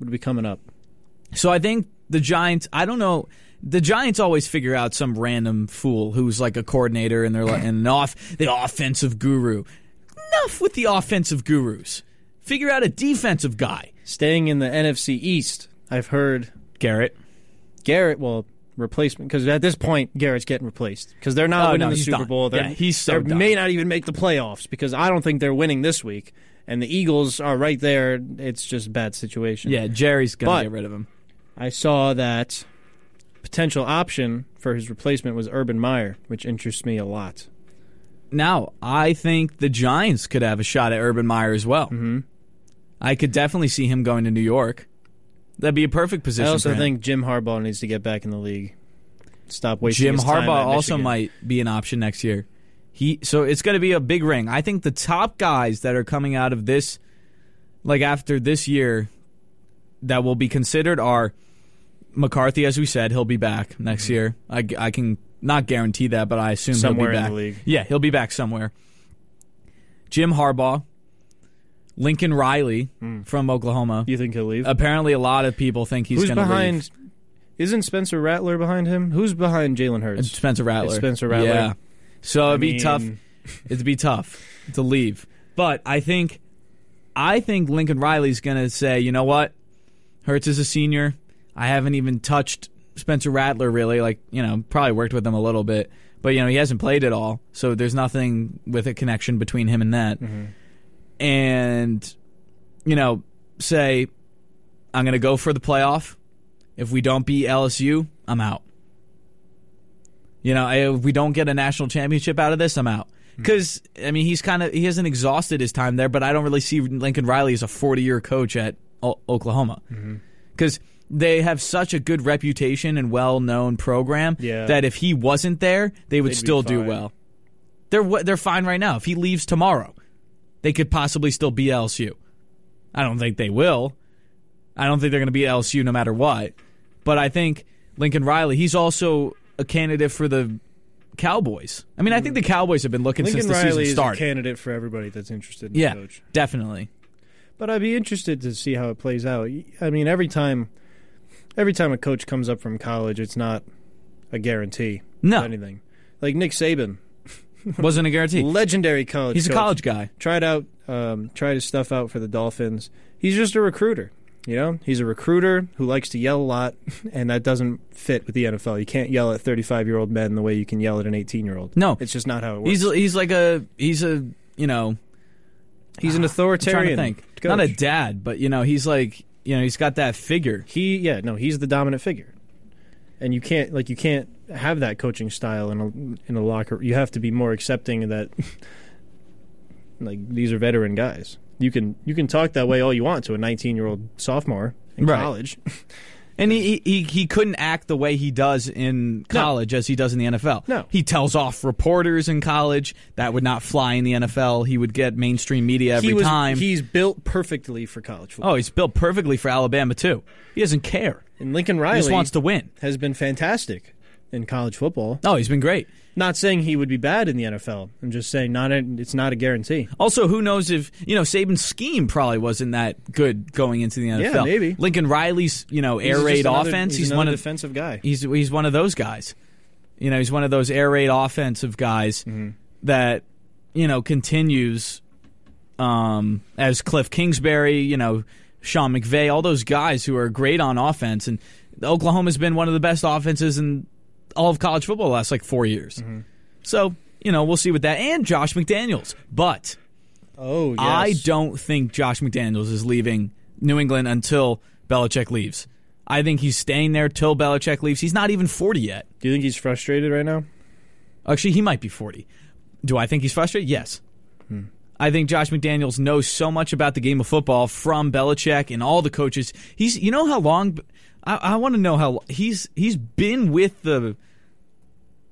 C: would be coming up?
B: So I think the Giants. I don't know. The Giants always figure out some random fool who's like a coordinator and they're like and an off the offensive guru. Enough with the offensive gurus. Figure out a defensive guy.
C: Staying in the NFC East, I've heard
B: Garrett.
C: Garrett. Well, replacement because at this point Garrett's getting replaced because they're not
B: Oh,
C: winning
B: no,
C: the
B: he's
C: Super
B: done.
C: Bowl. They're,
B: Yeah, he's so
C: they
B: done.
C: may not even make the playoffs because I don't think they're winning this week. And the Eagles are right there. It's just a bad situation.
B: Yeah, Jerry's gonna
C: But-
B: get rid of him.
C: I saw that potential option for his replacement was Urban Meyer, which interests me a lot.
B: Now, I think the Giants could have a shot at Urban Meyer as well. Mm-hmm. I could definitely see him going to New York. That'd be a perfect position.
C: I also
B: for him.
C: think Jim Harbaugh needs to get back in the league. Stop wasting
B: Jim
C: his time
B: Harbaugh
C: at
B: also
C: Michigan.
B: might be an option next year. He so it's going to be a big ring. I think the top guys that are coming out of this, like after this year, that will be considered are McCarthy. As we said, he'll be back next year. I, I can not guarantee that, but I assume
C: Mm-hmm.
B: he'll
C: Somewhere
B: be
C: in the
B: back.
C: league.
B: Yeah, he'll be back somewhere. Jim Harbaugh, Lincoln Riley
C: Mm.
B: from Oklahoma.
C: You think he'll leave?
B: Apparently, a lot of people think Oh, he's
C: Who's
B: going to
C: behind? Isn't Spencer Rattler behind him? Who's behind Jalen Hurts?
B: Spencer Rattler.
C: It's Spencer Rattler.
B: Yeah. So it'd be
C: mean-
B: tough. It'd be tough to leave. But I think, I think Lincoln Riley's gonna say, you know what, Hertz is a senior. I haven't even touched Spencer Rattler really. Like you know, probably worked with him a little bit, but you know he hasn't played at all. So there's nothing with a connection between him and that. And you know, say, I'm gonna go for the playoff. If we don't beat LSU, I'm out. You know, I- if we don't get a national championship out of this, I'm out. because I mean he's kind of he hasn't exhausted his time there, but I don't really see Lincoln Riley as a 40 year coach at o- Oklahoma because they have such a good reputation and well known program
C: Yeah.
B: that if he wasn't there, they would
C: They'd be
B: still do
C: fine.
B: well. They're wa- they're fine right now. If he leaves tomorrow, they could possibly still be LSU. I don't think they will. I don't think they're going to be LSU no matter what. But I think Lincoln Riley, he's also a candidate for the Cowboys. I mean, I think the Cowboys have been looking
C: Hmm. Lincoln
B: since the
C: Riley
B: season
C: is a
B: started.
C: candidate for everybody that's interested in
B: yeah,
C: the coach.
B: definitely.
C: But I'd be interested to see how it plays out. I mean, every time, every time a coach comes up from college, it's not a guarantee.
B: No.
C: of anything like Nick Saban,
B: Wasn't a guarantee.
C: legendary college.
B: He's a
C: coach.
B: college guy.
C: Tried out, um, tried his stuff out for the Dolphins. He's just a recruiter. You know, he's a recruiter who likes to yell a lot, and that doesn't fit with the NFL. You can't yell at thirty-five-year-old men the way you can yell at an eighteen-year-old.
B: No.
C: it's just not how it works.
B: He's he's like a he's a you know
C: He's an
B: I'm trying
C: authoritarian.
B: to think
C: coach.
B: not a dad, but you know he's like you know he's got that figure.
C: he yeah no he's the dominant figure and you can't like you can't have that coaching style in a in a locker you have to be more accepting that like these are veteran guys you can you can talk that way all you want to a 19 year old sophomore in
B: Right.
C: college
B: And he, he he couldn't act the way he does in college as he does in the NFL.
C: No.
B: he tells off reporters in college that would not fly in the NFL. He would get mainstream media every
C: he was,
B: time.
C: he's built perfectly for college football
B: oh, he's built perfectly for Alabama too. He doesn't care.
C: and Lincoln
B: Oh, He
C: Riley
B: just wants to win.
C: has been fantastic in college football
B: Oh, he's been great.
C: not saying he would be bad in the NFL I'm just saying not a, it's not a guarantee
B: Also, who knows if you know Saban's scheme probably wasn't that good going into the NFL.
C: maybe.
B: Lincoln Riley's you know air
C: He's just
B: raid
C: another-
B: offense.
C: he's,
B: He's,
C: another
B: one of
C: defensive guy
B: he's he's one of those guys. You know, he's one of those air raid offensive guys that you know continues um, as Cliff Kingsbury, you know, Sean McVay, all those guys who are great on offense, and Oklahoma's been one of the best offenses in all of college football the last like four years. So you know, we'll see with that. And Josh McDaniels, but.
C: oh yes.
B: I don't think Josh McDaniels is leaving New England until Belichick leaves. I think he's staying there till Belichick leaves. He's not even 40 yet.
C: Do you think he's frustrated right now?
B: Actually, he might be 40. Do I think he's frustrated? Yes. I think Josh McDaniels knows so much about the game of football from Belichick and all the coaches. He's, you know, how long? I, I want to know how he's he's been with the,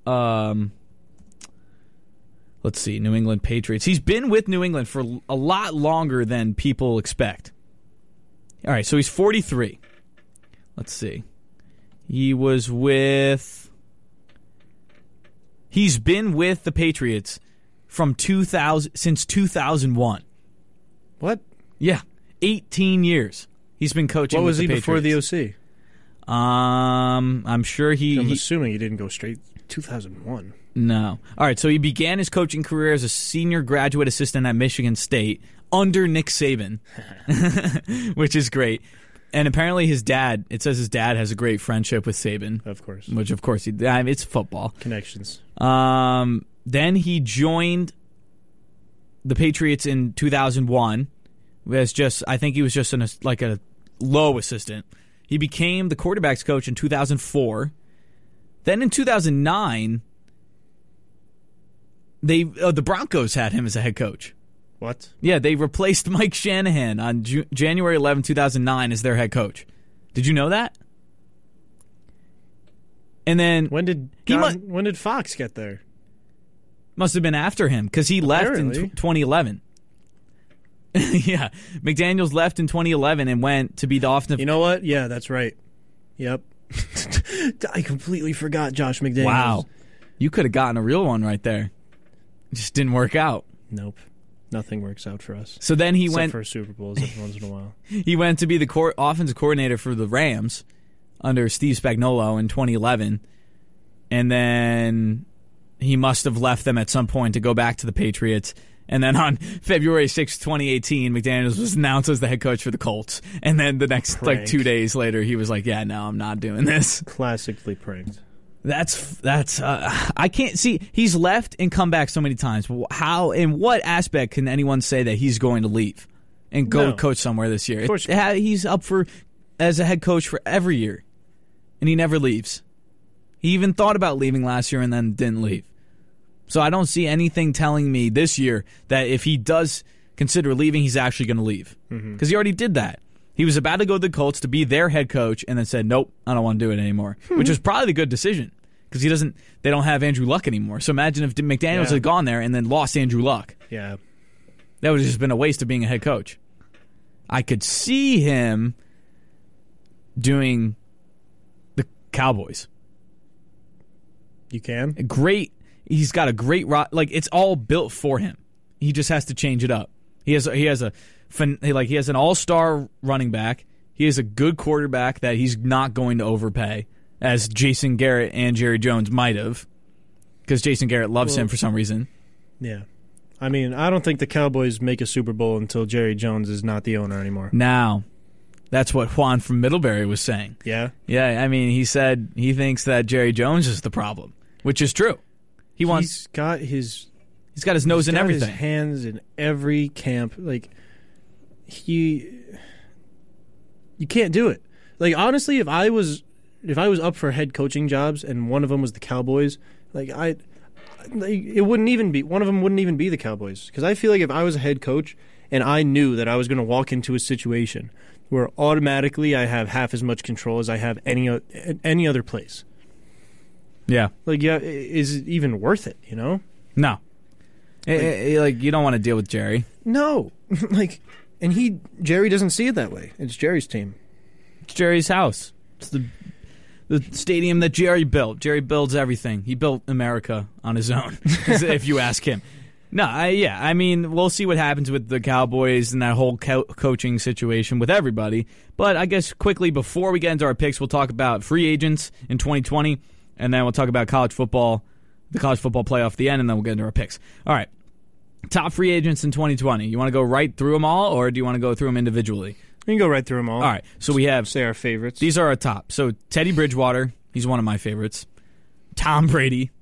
B: um, let's see, New England Patriots. He's been with New England for a lot longer than people expect. All right, so he's forty three. Let's see, he was with. He's been with the Patriots from 2000 since 2001.
C: What?
B: Yeah, 18 years. He's been coaching.
C: What
B: with
C: was he
B: the
C: before the OC?
B: OC? Um, I'm sure he,
C: I'm
B: he-
C: assuming he didn't go straight 2001.
B: no. All right, so he began his coaching career as a senior graduate assistant at Michigan State under Nick Saban, which is great. And apparently, his dad. It says his dad has a great friendship with Saban,
C: Of course.
B: which of course he. I mean, it's football.
C: Connections.
B: Um, then he joined the Patriots in 2001 as just I think he was just an ass- like a low assistant. He became the quarterbacks coach in 2004. Then in 2009, they uh, the Broncos had him as a head coach.
C: What?
B: Yeah, they replaced Mike Shanahan on Ju- January 11, 2009 as their head coach. Did you know that? And then
C: When did
B: He
C: John,
B: mu-
C: when did Fox get there?
B: Must have been after him because he left in
C: Apparently.
B: tw 2011. yeah, McDaniel's left in 2011 and went to be the offensive.
C: You know what? Yeah, that's right. Yep. I completely forgot Josh McDaniels.
B: wow, you could have gotten a real one right there. Just didn't work out.
C: Nope. Nothing works out for us.
B: So then he
C: Except
B: went.
C: for Super Bowls every once in a while.
B: he went to be the cor- offensive coordinator for the Rams under Steve Spagnuolo in 2011, and then he must have left them at some point to go back to the Patriots. And then on February sixth, 2018, McDaniels was announced as the head coach for the Colts. And then the next like
C: Prank.
B: two days later, he was like, "Yeah, no, I'm not doing this."
C: Classically pranked.
B: That's that's uh, I can't see he's left and come back so many times. Wh- How in what aspect can anyone say that he's going to leave and go
C: No.
B: coach somewhere this year?
C: course
B: It- ha- he's up for as a head coach for every year, and he never leaves. He even thought about leaving last year and then didn't leave. So I don't see anything telling me this year that if he does consider leaving, he's actually going to leave because
C: Mm-hmm.
B: he already did that. He was about to go to the Colts to be their head coach, and then said, "Nope, I don't want to do it anymore,"
C: Hmm.
B: which was probably the good decision because he doesn't. They don't have Andrew Luck anymore. So imagine if McDaniel's
C: Yeah.
B: had gone there and then lost Andrew Luck.
C: Yeah.
B: That would have just been a waste of being a head coach. I could see him doing the Cowboys.
C: You can?
B: A great. He's got a great ro- like it's all built for him. He just has to change it up. He has he has a fin- he, like he has an all-star running back. He is a good quarterback that he's not going to overpay as Jason Garrett and Jerry Jones might have because Jason Garrett loves him for some reason.
C: Yeah. I mean, I don't think the Cowboys make a Super Bowl until Jerry Jones is not the owner anymore.
B: Now, that's what Juan from Middlebury was saying.
C: Yeah.
B: Yeah, I mean, he said he thinks that Jerry Jones is the problem, which is true. He wants
C: He's got his
B: he's got his nose
C: he's
B: in
C: got
B: everything.
C: His hands in every camp. Like he, you can't do it. Like honestly, if I was if I was up for head coaching jobs and one of them was the Cowboys, like I, like, it wouldn't even be one of them wouldn't even be the Cowboys because I feel like if I was a head coach and I knew that I was going to walk into a situation where automatically I have half as much control as I have any o- any other place.
B: yeah,
C: Like yeah, i- is it even worth it? You know.
B: no, Eh, eh, eh, like you don't want to deal with Jerry.
C: No, like, and he Jerry doesn't see it that way. It's Jerry's team.
B: It's Jerry's house. It's the the stadium that Jerry built. Jerry builds everything. He built America on his own, if you ask him. No, I, yeah, I mean, we'll see what happens with the Cowboys and that whole co- coaching situation with everybody. But I guess quickly before we get into our picks, we'll talk about free agents in 2020, and then we'll talk about college football, the college football playoff at the end, and then we'll get into our picks. All right, top free agents in 2020. You want to go right through them all, or do you want to go through them individually?
C: We can go right through them all.
B: All right, so we have
C: say our favorites.
B: these are our top. So Teddy Bridgewater, he's one of my favorites. Tom Brady.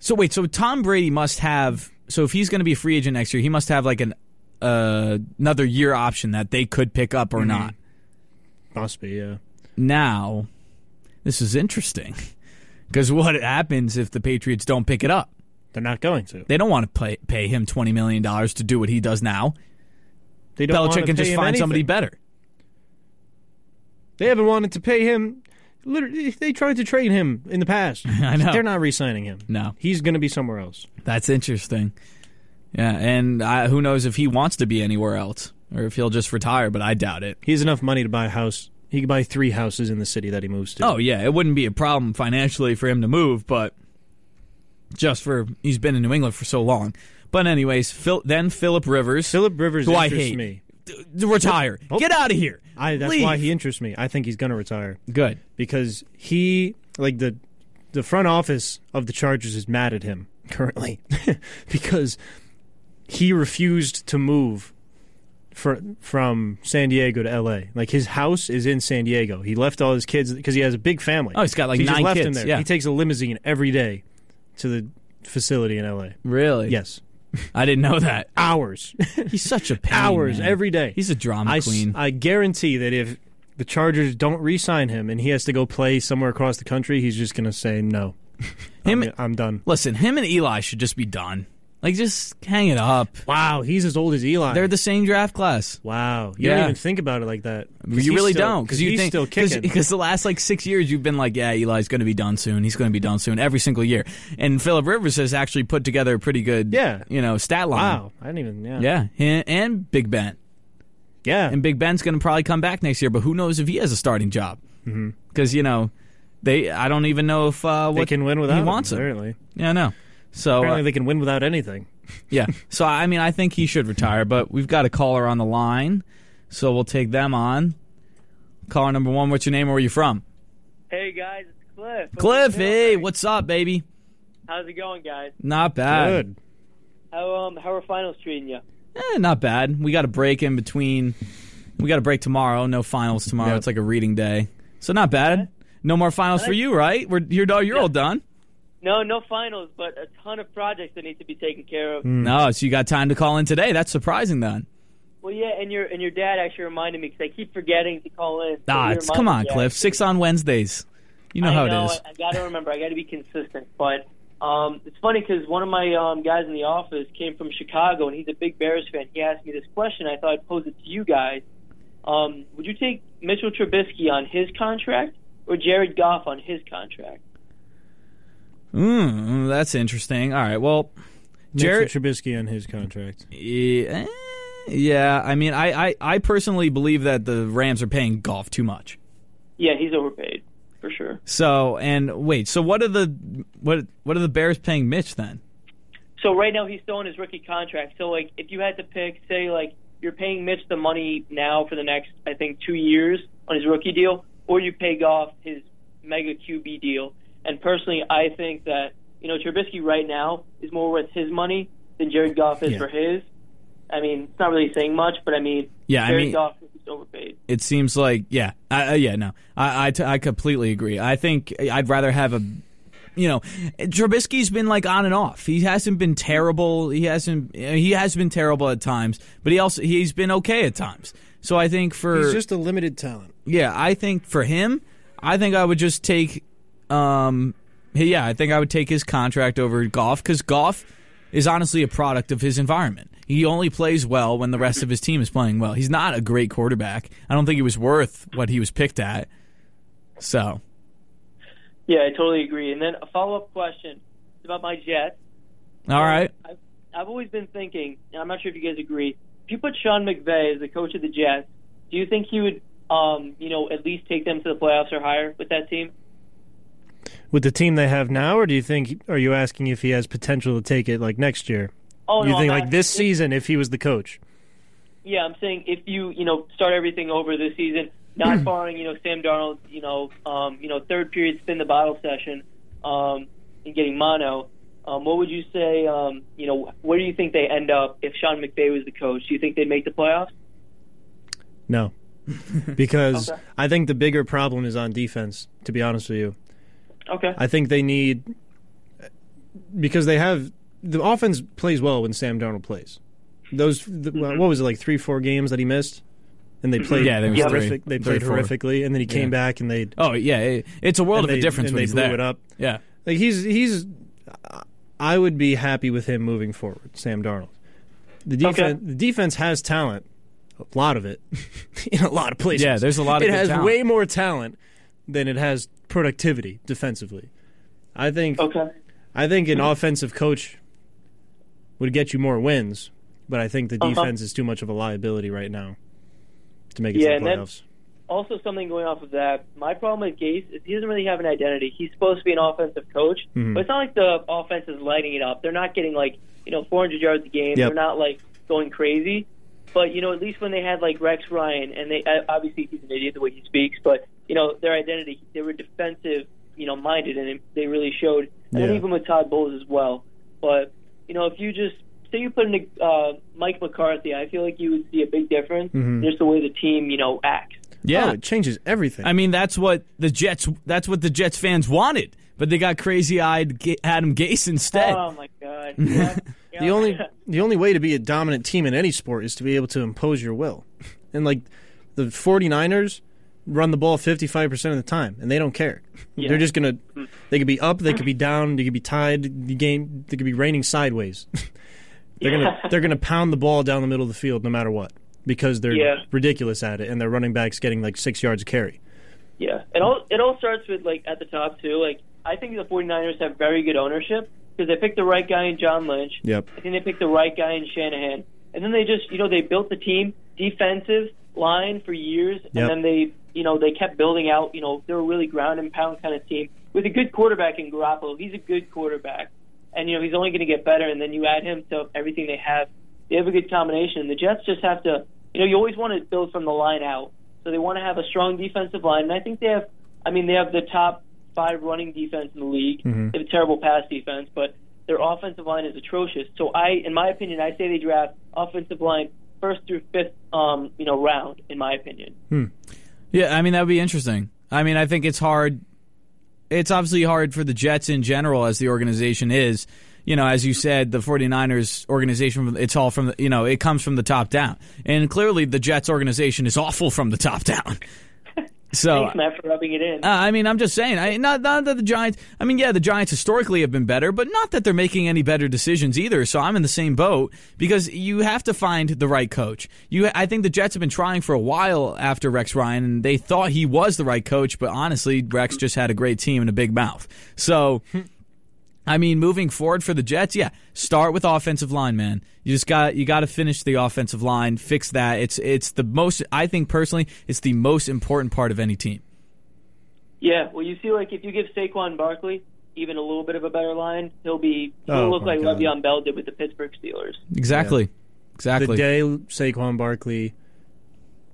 B: So wait, so Tom Brady must have. So if he's going to be a free agent next year, he must have like an uh, another year option that they could pick up
C: Mm-hmm.
B: or not.
C: must be uh, yeah.
B: Now, this is interesting because what happens if the Patriots don't pick it up?
C: They're not going to.
B: They don't want to pay, pay him twenty million dollars to do what he does now.
C: They don't wanna
B: Belichick can
C: pay
B: just
C: him
B: find
C: anything.
B: somebody better.
C: They haven't wanted to pay him. Literally, they tried to trade him in the past.
B: I know.
C: They're not re-signing him.
B: No.
C: He's going to be somewhere else.
B: That's interesting. Yeah, and I, who knows if he wants to be anywhere else or if he'll just retire, but I doubt it.
C: He has enough money to buy a house. He could buy three houses in the city that he moves to.
B: Oh, yeah, it wouldn't be a problem financially for him to move, but just for he's been in New England for so long. But anyways, Phil, then Philip Rivers
C: Philip Rivers
B: Who I
C: interests
B: hate.
C: me.
B: d- d- retire.
C: Oh.
B: Get out of here.
C: I, that's
B: Leave.
C: why he interests me. I think he's going to retire.
B: Good.
C: because he like the the front office of the Chargers is mad at him currently because he refused to move for, from San Diego to LA. Like his house is in San Diego. He left all his kids because he has a big family.
B: Oh, he's got, like,
C: So he just
B: nine
C: left
B: kids,
C: Him there.
B: yeah.
C: He takes a limousine every day to the facility in LA.
B: Really?
C: Yes.
B: I didn't know that.
C: Hours.
B: He's such a pain.
C: Hours
B: man.
C: every day.
B: He's a drama
C: I, s-
B: queen.
C: I guarantee that if the Chargers don't re-sign him and he has to go play somewhere across the country, he's just going to say no.
B: Him-
C: I'm, I'm done.
B: Listen, him and Eli should just be done. Like, just hang it up.
C: Wow, he's as old as Eli.
B: They're the same draft class.
C: wow, you
B: Yeah.
C: don't even think about it like that. 'Cause
B: You
C: he's
B: really
C: still-
B: don't because you
C: he's
B: think
C: still kicking.
B: because the last like six years you've been like yeah Eli's going to be done soon he's going to be done soon every single year and Philip Rivers has actually put together a pretty good
C: Yeah.
B: you know stat line
C: wow, I didn't even. Yeah,
B: yeah hi- and Big Ben
C: yeah.
B: and Big Ben's going to probably come back next year but who knows if he has a starting job because you know they I don't even know if uh,
C: Mm-hmm. they
B: what
C: can win without.
B: he
C: him,
B: wants him
C: Apparently,
B: yeah no so uh,
C: apparently they can win without anything.
B: yeah so I mean I think he should retire but we've got a caller on the line so we'll take them on caller number one what's your name where are you from
D: Hey guys, it's Cliff.
B: Cliff, hey,
D: what?
B: what's up, baby?
D: How's it going, guys?
B: Not bad.
C: Good.
D: How um how are finals treating you?
B: Eh, not bad. We got a break in between. We got a break tomorrow. No finals tomorrow.
C: Yep.
B: It's like a reading day. So not bad. No more finals for you, right? We're, you're you're all done.
D: No, no finals, but a ton of projects that need to be taken care of.
B: No, so you got time to call in today. That's surprising, then.
D: Well, yeah, and your and your dad actually reminded me because I keep forgetting to call in. So
B: Ah,
D: he
B: it's, come on,
D: reminded me,
B: Cliff. Six on Wednesdays. You know
D: I
B: how
D: know,
B: it is.
D: I, I got to remember. I got to be consistent. But Um, it's funny because one of my um, guys in the office came from Chicago, and he's a big Bears fan. He asked me this question. I thought I'd pose it to you guys. Um, would you take Mitchell Trubisky on his contract or Jared Goff on his contract?
B: Mm, that's interesting. All right. Well, Jared.
C: Mitchell Trubisky on his contract.
B: Yeah, eh, yeah, I mean, I, I, I personally believe that the Rams are paying golf too much.
D: Yeah, he's overpaid for sure.
B: So and wait, so what are the what what are the Bears paying Mitch then?
D: So right now he's still on his rookie contract. So like, if you had to pick, say like you're paying Mitch the money now for the next, I think, two years on his rookie deal, or you pay Goff his mega QB deal. And personally, I think that you know Trubisky right now is more worth his money than Jared Goff is
C: Yeah.
D: for his. I mean, it's not really saying much, but I mean,
B: Yeah, I
D: Jared
B: mean-
D: Goff is overpaid.
B: It seems like yeah, I, I- yeah, no, I, I, t- I completely agree. I think I'd rather have a, you know, Trubisky's been like on and off. He hasn't been terrible. He hasn't he has been terrible at times, but he also he's been okay at times. So I think for
C: Er
E: He's just a limited talent.
B: Yeah, I think for him, I think I would just take, um, yeah, I think I would take his contract over Goff because Goff is honestly a product of his environment. He only plays well when the rest of his team is playing well. He's not a great quarterback. I don't think he was worth what he was picked at. So,
D: Yeah, I totally agree. And then a follow up question is about my Jets.
B: all right,
D: I've, I've always been thinking, and I'm not sure if you guys agree. If you put Sean McVay as the coach of the Jets, do you think he would, um, you know, at least take them to the playoffs or higher with that team?
C: With the team they have now, or do you think? Are you asking if he has potential to take it like next year?
D: Oh,
C: you
D: no,
C: think
D: I'm
C: like
D: not-
C: this season if he was the coach?
D: Yeah, I'm saying if you, you know, start everything over this season, not barring, you know, Sam Darnold, you know, um, you know, third period spin the bottle session, um, and getting mono. Um, what would you say? Um, you know, where do you think they end up if Sean McVay was the coach? Do you think they'd make the playoffs?
C: No, because
D: Okay.
C: I think the bigger problem is on defense. To be honest with you,
D: Okay.
C: I think they need because they have the offense plays well when Sam Darnold plays. Those the, well, what was it like three four games that he missed, and they played
B: Yeah, I think it was
C: horrific.
B: three.
C: They played
B: Three, four.
C: horrifically, and then he came
B: Yeah.
C: back and they
B: oh yeah, it, it's a world
C: and
B: of
C: they-
B: a difference
C: and
B: when
C: they
B: he's
C: blew
B: there.
C: it up.
B: Yeah,
C: Like he's he's, I would be happy with him moving forward. Sam Darnold. The defense
D: Okay.
C: the defense has talent, a lot of it, in a lot of places.
B: Yeah, there's a lot of
C: it
B: good
C: has
B: talent.
C: way more talent than it has productivity defensively. I think
D: Okay.
C: I think an offensive coach would get you more wins, but I think the
D: Uh-huh.
C: defense is too much of a liability right now to make it
D: Yeah,
C: to
D: and
C: the
D: then-
C: playoffs.
D: also something going off of that. My problem with Gase is he doesn't really have an identity. He's supposed to be an offensive coach,
C: Mhm.
D: but it's not like the offense is lighting it up. They're not getting like you know 400 yards a
C: Yep.
D: game. They're not like going crazy. But you know, at least when they had like Rex Ryan, and they uh, obviously he's an idiot the way he speaks, but you know their identity. They were defensive, you know, minded, and they really showed. And then
C: Yeah.
D: even with Todd Bowles as well. But you know, if you just say you put in uh, Mike McCarthy, I feel like you would see a big difference
C: Mhm.
D: just the way the team you know acts.
B: yeah.
C: Oh, it changes everything.
B: I mean, that's what the Jets. That's what the Jets fans wanted, but they got crazy-eyed Ga- Adam Gase instead.
D: Oh my god! Yeah.
C: The only the only way to be a dominant team in any sport is to be able to impose your will. And like the 49ers run the ball 55% of the time and they don't care.
D: Yeah. Hmm.
C: They're just going to they could be up, they could be down, they could be tied, the game they could be raining sideways. they're going to they're going to pound the ball down the middle of the field no matter what because they're
D: Yeah.
C: ridiculous at it and their running backs getting like 6 yards a carry.
D: yeah, it all it all starts with like at the top too. Like I think the 49ers have very good ownership because they picked the right guy in John Lynch.
C: Yep.
D: I think they picked the right guy in Shanahan, and then they just you know they built the team defensive line for years,
C: Yep.
D: and then they you know they kept building out. You know they were really ground and pound kind of team with a good quarterback in Garoppolo. He's a good quarterback, and you know he's only going to get better. And then you add him to everything they have. They have a good combination. The Jets just have to you know you always want to build from the line out, so they want to have a strong defensive line. And I think they have. I mean they have the top five running defense in the league. They have a terrible pass defense, but their offensive line is atrocious. So I, in my opinion, I say they draft offensive line first through fifth, um, you know, round. In my opinion,
B: Yeah, I mean that would be interesting. I mean, I think it's hard. It's obviously hard for the Jets in general as the organization is. You know, as you said, the 49ers organization, it's all from, the, you know, it comes from the top down. And clearly the Jets organization is awful from the top down. So
D: Thanks, Matt, for rubbing it in.
B: Uh, I mean, I'm just saying. I, not, not that the Giants. I mean, yeah, the Giants historically have been better, but not that they're making any better decisions either. So I'm in the same boat because you have to find the right coach. You, I think the Jets have been trying for a while after Rex Ryan, and they thought he was the right coach, but honestly, Rex just had a great team and a big mouth. So. I mean, moving forward for the Jets, yeah, start with offensive line, man. You just got you got to finish the offensive line, fix that. It's it's the most I think personally, it's the most important part of any team.
D: Yeah, well, you see, like if you give Saquon Barkley even a little bit of a better line, he'll be he'll
C: Oh,
D: look
C: my
D: like
C: God.
D: Le'Veon Bell did with the Pittsburgh Steelers.
B: Exactly.
C: The
B: Exactly.
C: day Saquon Barkley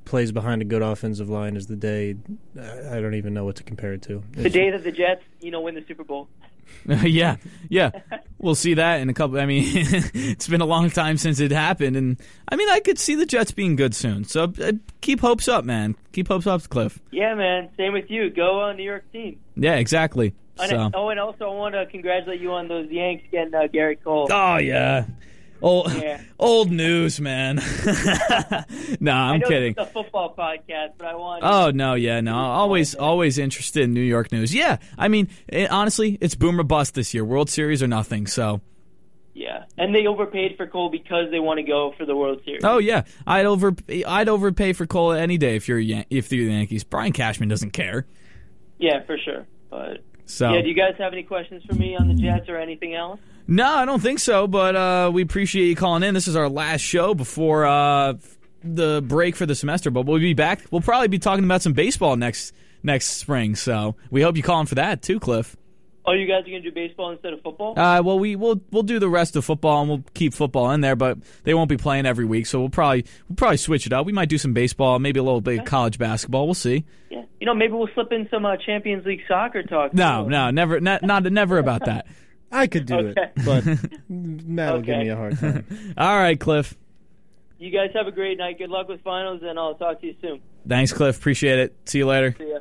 C: plays behind a good offensive line is the day I I don't even know what to compare it to.
D: The day that the Jets, you know, win the Super Bowl.
B: yeah. Yeah. We'll see that in a couple. I mean, it's been a long time since it happened. And I mean, I could see the Jets being good soon. So uh, keep hopes up, man. Keep hopes up, Cliff.
D: Yeah, man. Same with you. Go on, New York team.
B: Yeah, exactly.
D: And-
B: So.
D: oh, and also I want to congratulate you on those Yanks getting uh, Gary Cole.
B: Oh, yeah. Old,
D: Yeah.
B: old news, man. no,
D: I
B: I'm
D: know
B: kidding.
D: It's a football podcast, but I want.
B: Oh no, yeah, no. Always, always interested in New York news. Yeah, I mean, it, honestly, it's boom or bust this year. World Series or nothing. So,
D: Yeah, and they overpaid for Cole because they want to go for the World Series.
B: Oh yeah, I'd over I'd overpay for Cole any day if you're a Yan- if you're the Yankees. Brian Cashman doesn't care.
D: Yeah, for sure. But
B: So
D: yeah, do you guys have any questions for me on the Jets or anything else?
B: no, I don't think so. But uh, we appreciate you calling in. This is our last show before uh, the break for the semester. But we'll be back. We'll probably be talking about some baseball next next spring. So we hope you call in for that too, Cliff.
D: Oh, you guys are gonna do baseball instead of football?
B: Uh, well, we we'll we'll do the rest of football and we'll keep football in there, but they won't be playing every week. So we'll probably we'll probably switch it up. We might do some baseball, maybe a little bit of college basketball. We'll see.
D: yeah. You know, maybe we'll slip in some uh, Champions League soccer talk.
B: No,
D: too.
B: no, never, not, not never about that.
C: I could do
D: Okay.
C: it, but Matt will give
D: Okay.
C: me a hard time.
B: All right, Cliff.
D: You guys have a great night. Good luck with finals, and I'll talk to you soon.
B: Thanks, Cliff. Appreciate it. See you later.
D: See ya.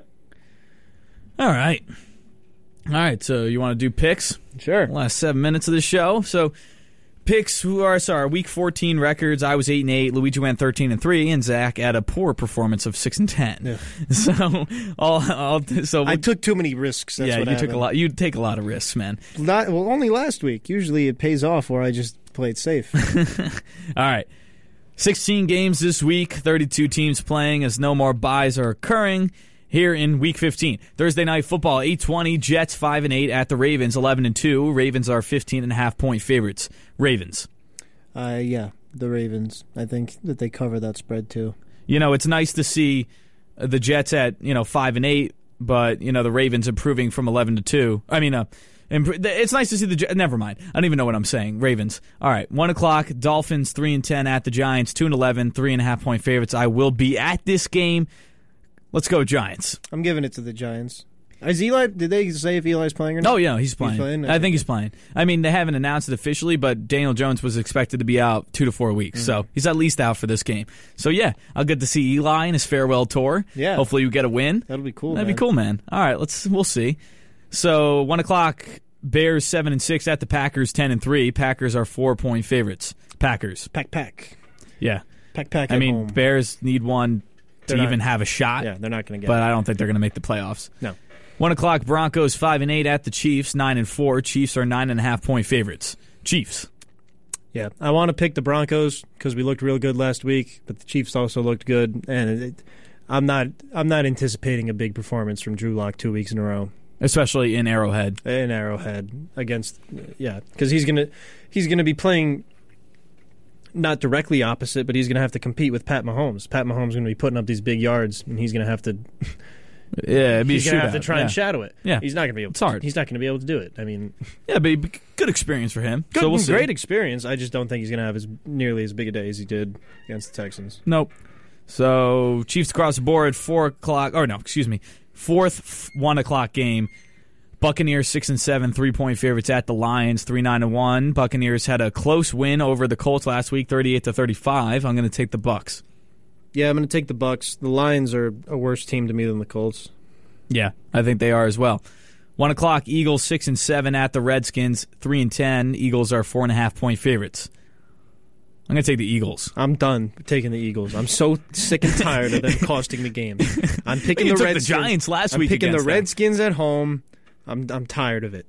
B: All right. All right. So you want to do picks?
C: Sure.
B: Last seven minutes of the show. So picks who are sorry, week fourteen records. I was eight and eight. Luigi went thirteen and three, and Zach had a poor performance of six and ten. So all, all so
C: I took too many risks. That's
B: yeah,
C: what
B: you took a
C: happened.
B: lot. You take a lot of risks, man.
C: Not, well, only last week. Usually it pays off where I just played safe.
B: All right. 16 games this week, 32 teams playing as no more buys are occurring here in week 15. Thursday night football, 820, Jets 5 and 8 at the Ravens 11 and 2. Ravens are 15 and a half point favorites. Ravens.
C: uh, yeah, the Ravens. I think that they cover that spread too.
B: You know, it's nice to see uh, the Jets at, you know, 5 and 8, but you know, the Ravens improving from 11 to 2. I mean, uh impr- th- it's nice to see the. J- Never mind. I don't even know what I'm saying. Ravens. All right. One o'clock. Dolphins three and ten at the Giants. Two and 11, Three and a half point favorites. I will be at this game. Let's go Giants.
C: I'm giving it to the Giants. Is Eli? Did they say if Eli's playing or not?
B: Oh yeah, he's playing.
C: playing?
B: I think he's playing. I mean, they haven't announced it officially, but Daniel Jones was expected to be out two to four weeks,
C: Mm-hmm.
B: so he's at least out for this game. So yeah, I'll get to see Eli in his farewell tour.
C: Yeah.
B: hopefully you get a win.
C: That'll be cool.
B: That'd
C: man.
B: be cool, man. All right, let's we'll see. So one o'clock, Bears seven and six at the Packers ten and three. Packers are four point favorites. Packers,
C: Pack, pack,
B: yeah.
C: pack, pack.
B: I
C: at
B: mean,
C: home.
B: Bears need one to
C: They're not-
B: even have a shot,
C: yeah, they're not going to get.
B: but
C: it.
B: I don't think they're going to make the playoffs.
C: No.
B: One o'clock, Broncos five and eight at the Chiefs nine and four. Chiefs are nine and a half point favorites. Chiefs.
C: Yeah, I want to pick the Broncos because we looked real good last week, but the Chiefs also looked good, and it, I'm not I'm not anticipating a big performance from Drew Lock two weeks in a row
B: Especially in Arrowhead,
C: in Arrowhead against yeah because he's gonna he's gonna be playing not directly opposite, but he's gonna have to compete with Pat Mahomes. Pat Mahomes gonna be putting up these big yards, and he's gonna have to
B: yeah, it'd be
C: he's
B: a
C: gonna
B: shootout,
C: have to try
B: yeah.
C: and shadow it.
B: Yeah.
C: he's not gonna be able.
B: It's hard.
C: He's not gonna be able to do it. I mean,
B: Yeah, but it'd be good experience for him.
C: good,
B: so we'll see.
C: great experience. I just don't think he's gonna have as nearly as big a day as he did against the Texans.
B: Nope. So Chiefs across the board, four o'clock. Or no, excuse me, fourth f- one o'clock game. Buccaneers six and seven, three point favorites at the Lions, three nine and one. Buccaneers had a close win over the Colts last week, thirty eight to thirty five. I'm going to take the Bucks.
C: Yeah, I'm going to take the Bucks. The Lions are a worse team to me than the Colts.
B: Yeah, I think they are as well. One o'clock, Eagles six and seven at the Redskins, three and ten. Eagles are four and a half point favorites. I'm going to take the Eagles.
C: I'm done taking the Eagles. I'm so sick and tired of them costing me games. I'm picking
B: You
C: the
B: took the
C: Redskins.
B: Giants last
C: I'm
B: week
C: picking the
B: against them.
C: Redskins at home. I'm I'm tired of it.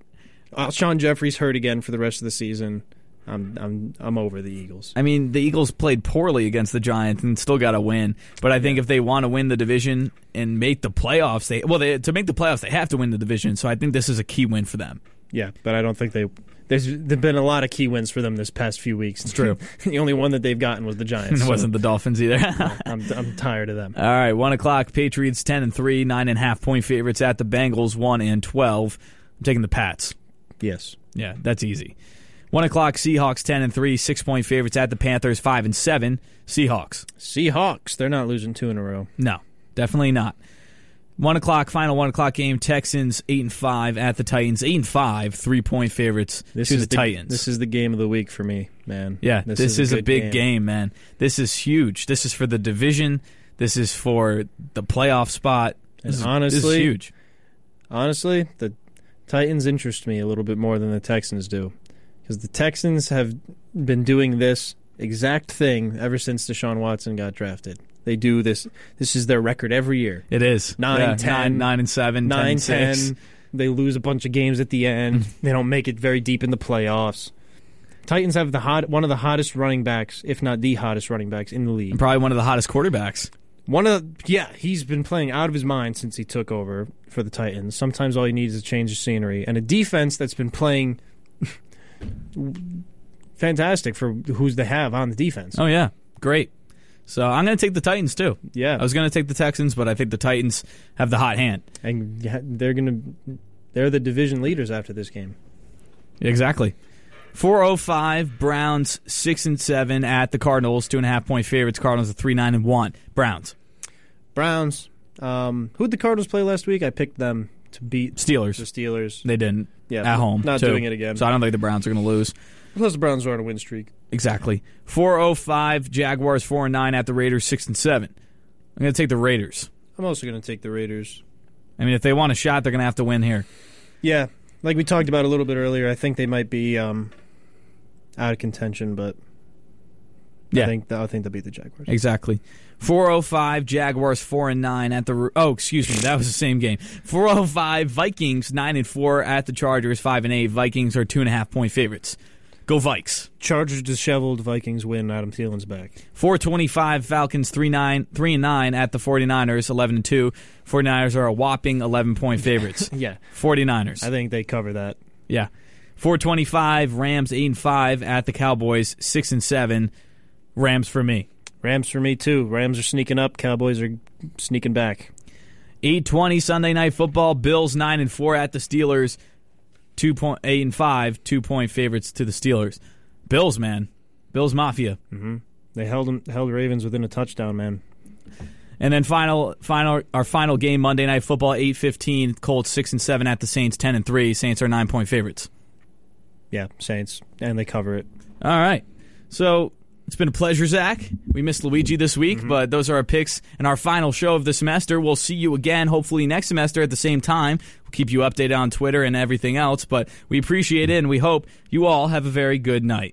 C: Uh, Sean Jeffrey's hurt again for the rest of the season. I'm I'm I'm over the Eagles.
B: I mean, the Eagles played poorly against the Giants and still got a win. But I think if they want to win the division and make the playoffs, they well, they, to make the playoffs, they have to win the division. So I think this is a key win for them.
C: Yeah, but I don't think they. There's there've been a lot of key wins for them this past few weeks. It's
B: true.
C: the only one that they've gotten was the Giants.
B: And it
C: so
B: wasn't the Dolphins either.
C: I'm I'm tired of them.
B: All right, one o'clock. Patriots ten and three, nine and a half point favorites at the Bengals one and twelve. I'm taking the Pats.
C: Yes.
B: Yeah, that's easy. One o'clock. Seahawks ten and three, six point favorites at the Panthers five and seven. Seahawks.
C: Seahawks. They're not losing two in a row.
B: No, definitely not. One o'clock final one o'clock game. Texans eight and five at the Titans eight and five, three point favorites
C: This
B: to
C: is
B: the, Titans.
C: This is the game of the week for me, man.
B: yeah, this, is, a
C: good
B: big game. man. This is huge. This is for the division. This is for the playoff spot. This
C: And
B: is- this is
C: honestly,
B: huge.
C: honestly, the Titans interest me a little bit more than the Texans do, because the Texans have been doing this exact thing ever since Deshaun Watson got drafted. They do this. This is their record every year.
B: It is
C: Nine,
B: yeah,
C: 10,
B: nine, nine and seven, ten
C: Nine,
B: and
C: ten.
B: six.
C: They lose a bunch of games at the end. they don't make it very deep in the playoffs. Titans have the hot one of the hottest running backs, if not the hottest running backs in the
B: And
C: league.
B: probably one of the hottest quarterbacks.
C: One of the, yeah, he's been playing out of his mind since he took over for the Titans. Sometimes all he needs is a change of scenery and a defense that's been playing fantastic for who's they have on the defense.
B: Oh yeah, great. So I'm going to take the Titans too.
C: yeah,
B: I was going to take the Texans, but I think the Titans have the hot hand.
C: and yeah, they're gonna they're the division leaders after this game.
B: Exactly. 405 Browns 6 and 7 at the Cardinals 2.5 point favorites Cardinals at 3 9 and 1 Browns
C: Browns. Um, who'd the Cardinals play last week? I picked them to beat the
B: Steelers
C: Steelers.
B: they didn't
C: Yeah,
B: at home
C: Not
B: too.
C: doing it again.
B: so I don't think the Browns are going to lose
C: Plus, the Browns are on a win streak.
B: exactly 405 Jaguars 4 and 9 at the Raiders 6 and 7 I'm going to take the Raiders
C: I'm also going to take the Raiders.
B: I mean if they want a shot they're going to have to win here
C: Yeah, like we talked about a little bit earlier, I think they might be um, out of contention, but
B: Yeah.
C: I think I think they'll beat the Jaguars.
B: Exactly. 405 Jaguars 4 and 9 at the Oh, excuse me. That was the same game. 405 Vikings 9 and 4 at the Chargers 5 and 8. Vikings are 2.5 point favorites. Go Vikes.
C: Chargers disheveled, Vikings win. Adam Thielen's back.
B: 425 Falcons 3 9 3 and 9 at the 49ers 11 and 2. 49ers are a whopping 11 point favorites.
C: Yeah,
B: 49ers.
C: I think they cover that.
B: yeah. 425 Rams 8 and 5 at the Cowboys 6 and 7. Rams for me.
C: Rams for me too. Rams are sneaking up. Cowboys are sneaking back.
B: 820 E Sunday night football. Bills 9 and 4 at the Steelers. 2.8 and 5, 2 point favorites to the Steelers. Bills, man. Bills Mafia.
C: They held 'em- held Ravens within a touchdown, man.
B: And then final final our final game Monday night football 8:15 Colts 6 and 7 at the Saints 10 and 3. Saints are 9 point favorites.
C: Yeah, Saints, and they cover it.
B: All right. So it's been a pleasure, Zach. We missed Luigi this week, but those are our picks and our final show of the semester. We'll see you again, hopefully next semester at the same time. We'll keep you updated on Twitter and everything else, but we appreciate it and we hope you all have a very good night.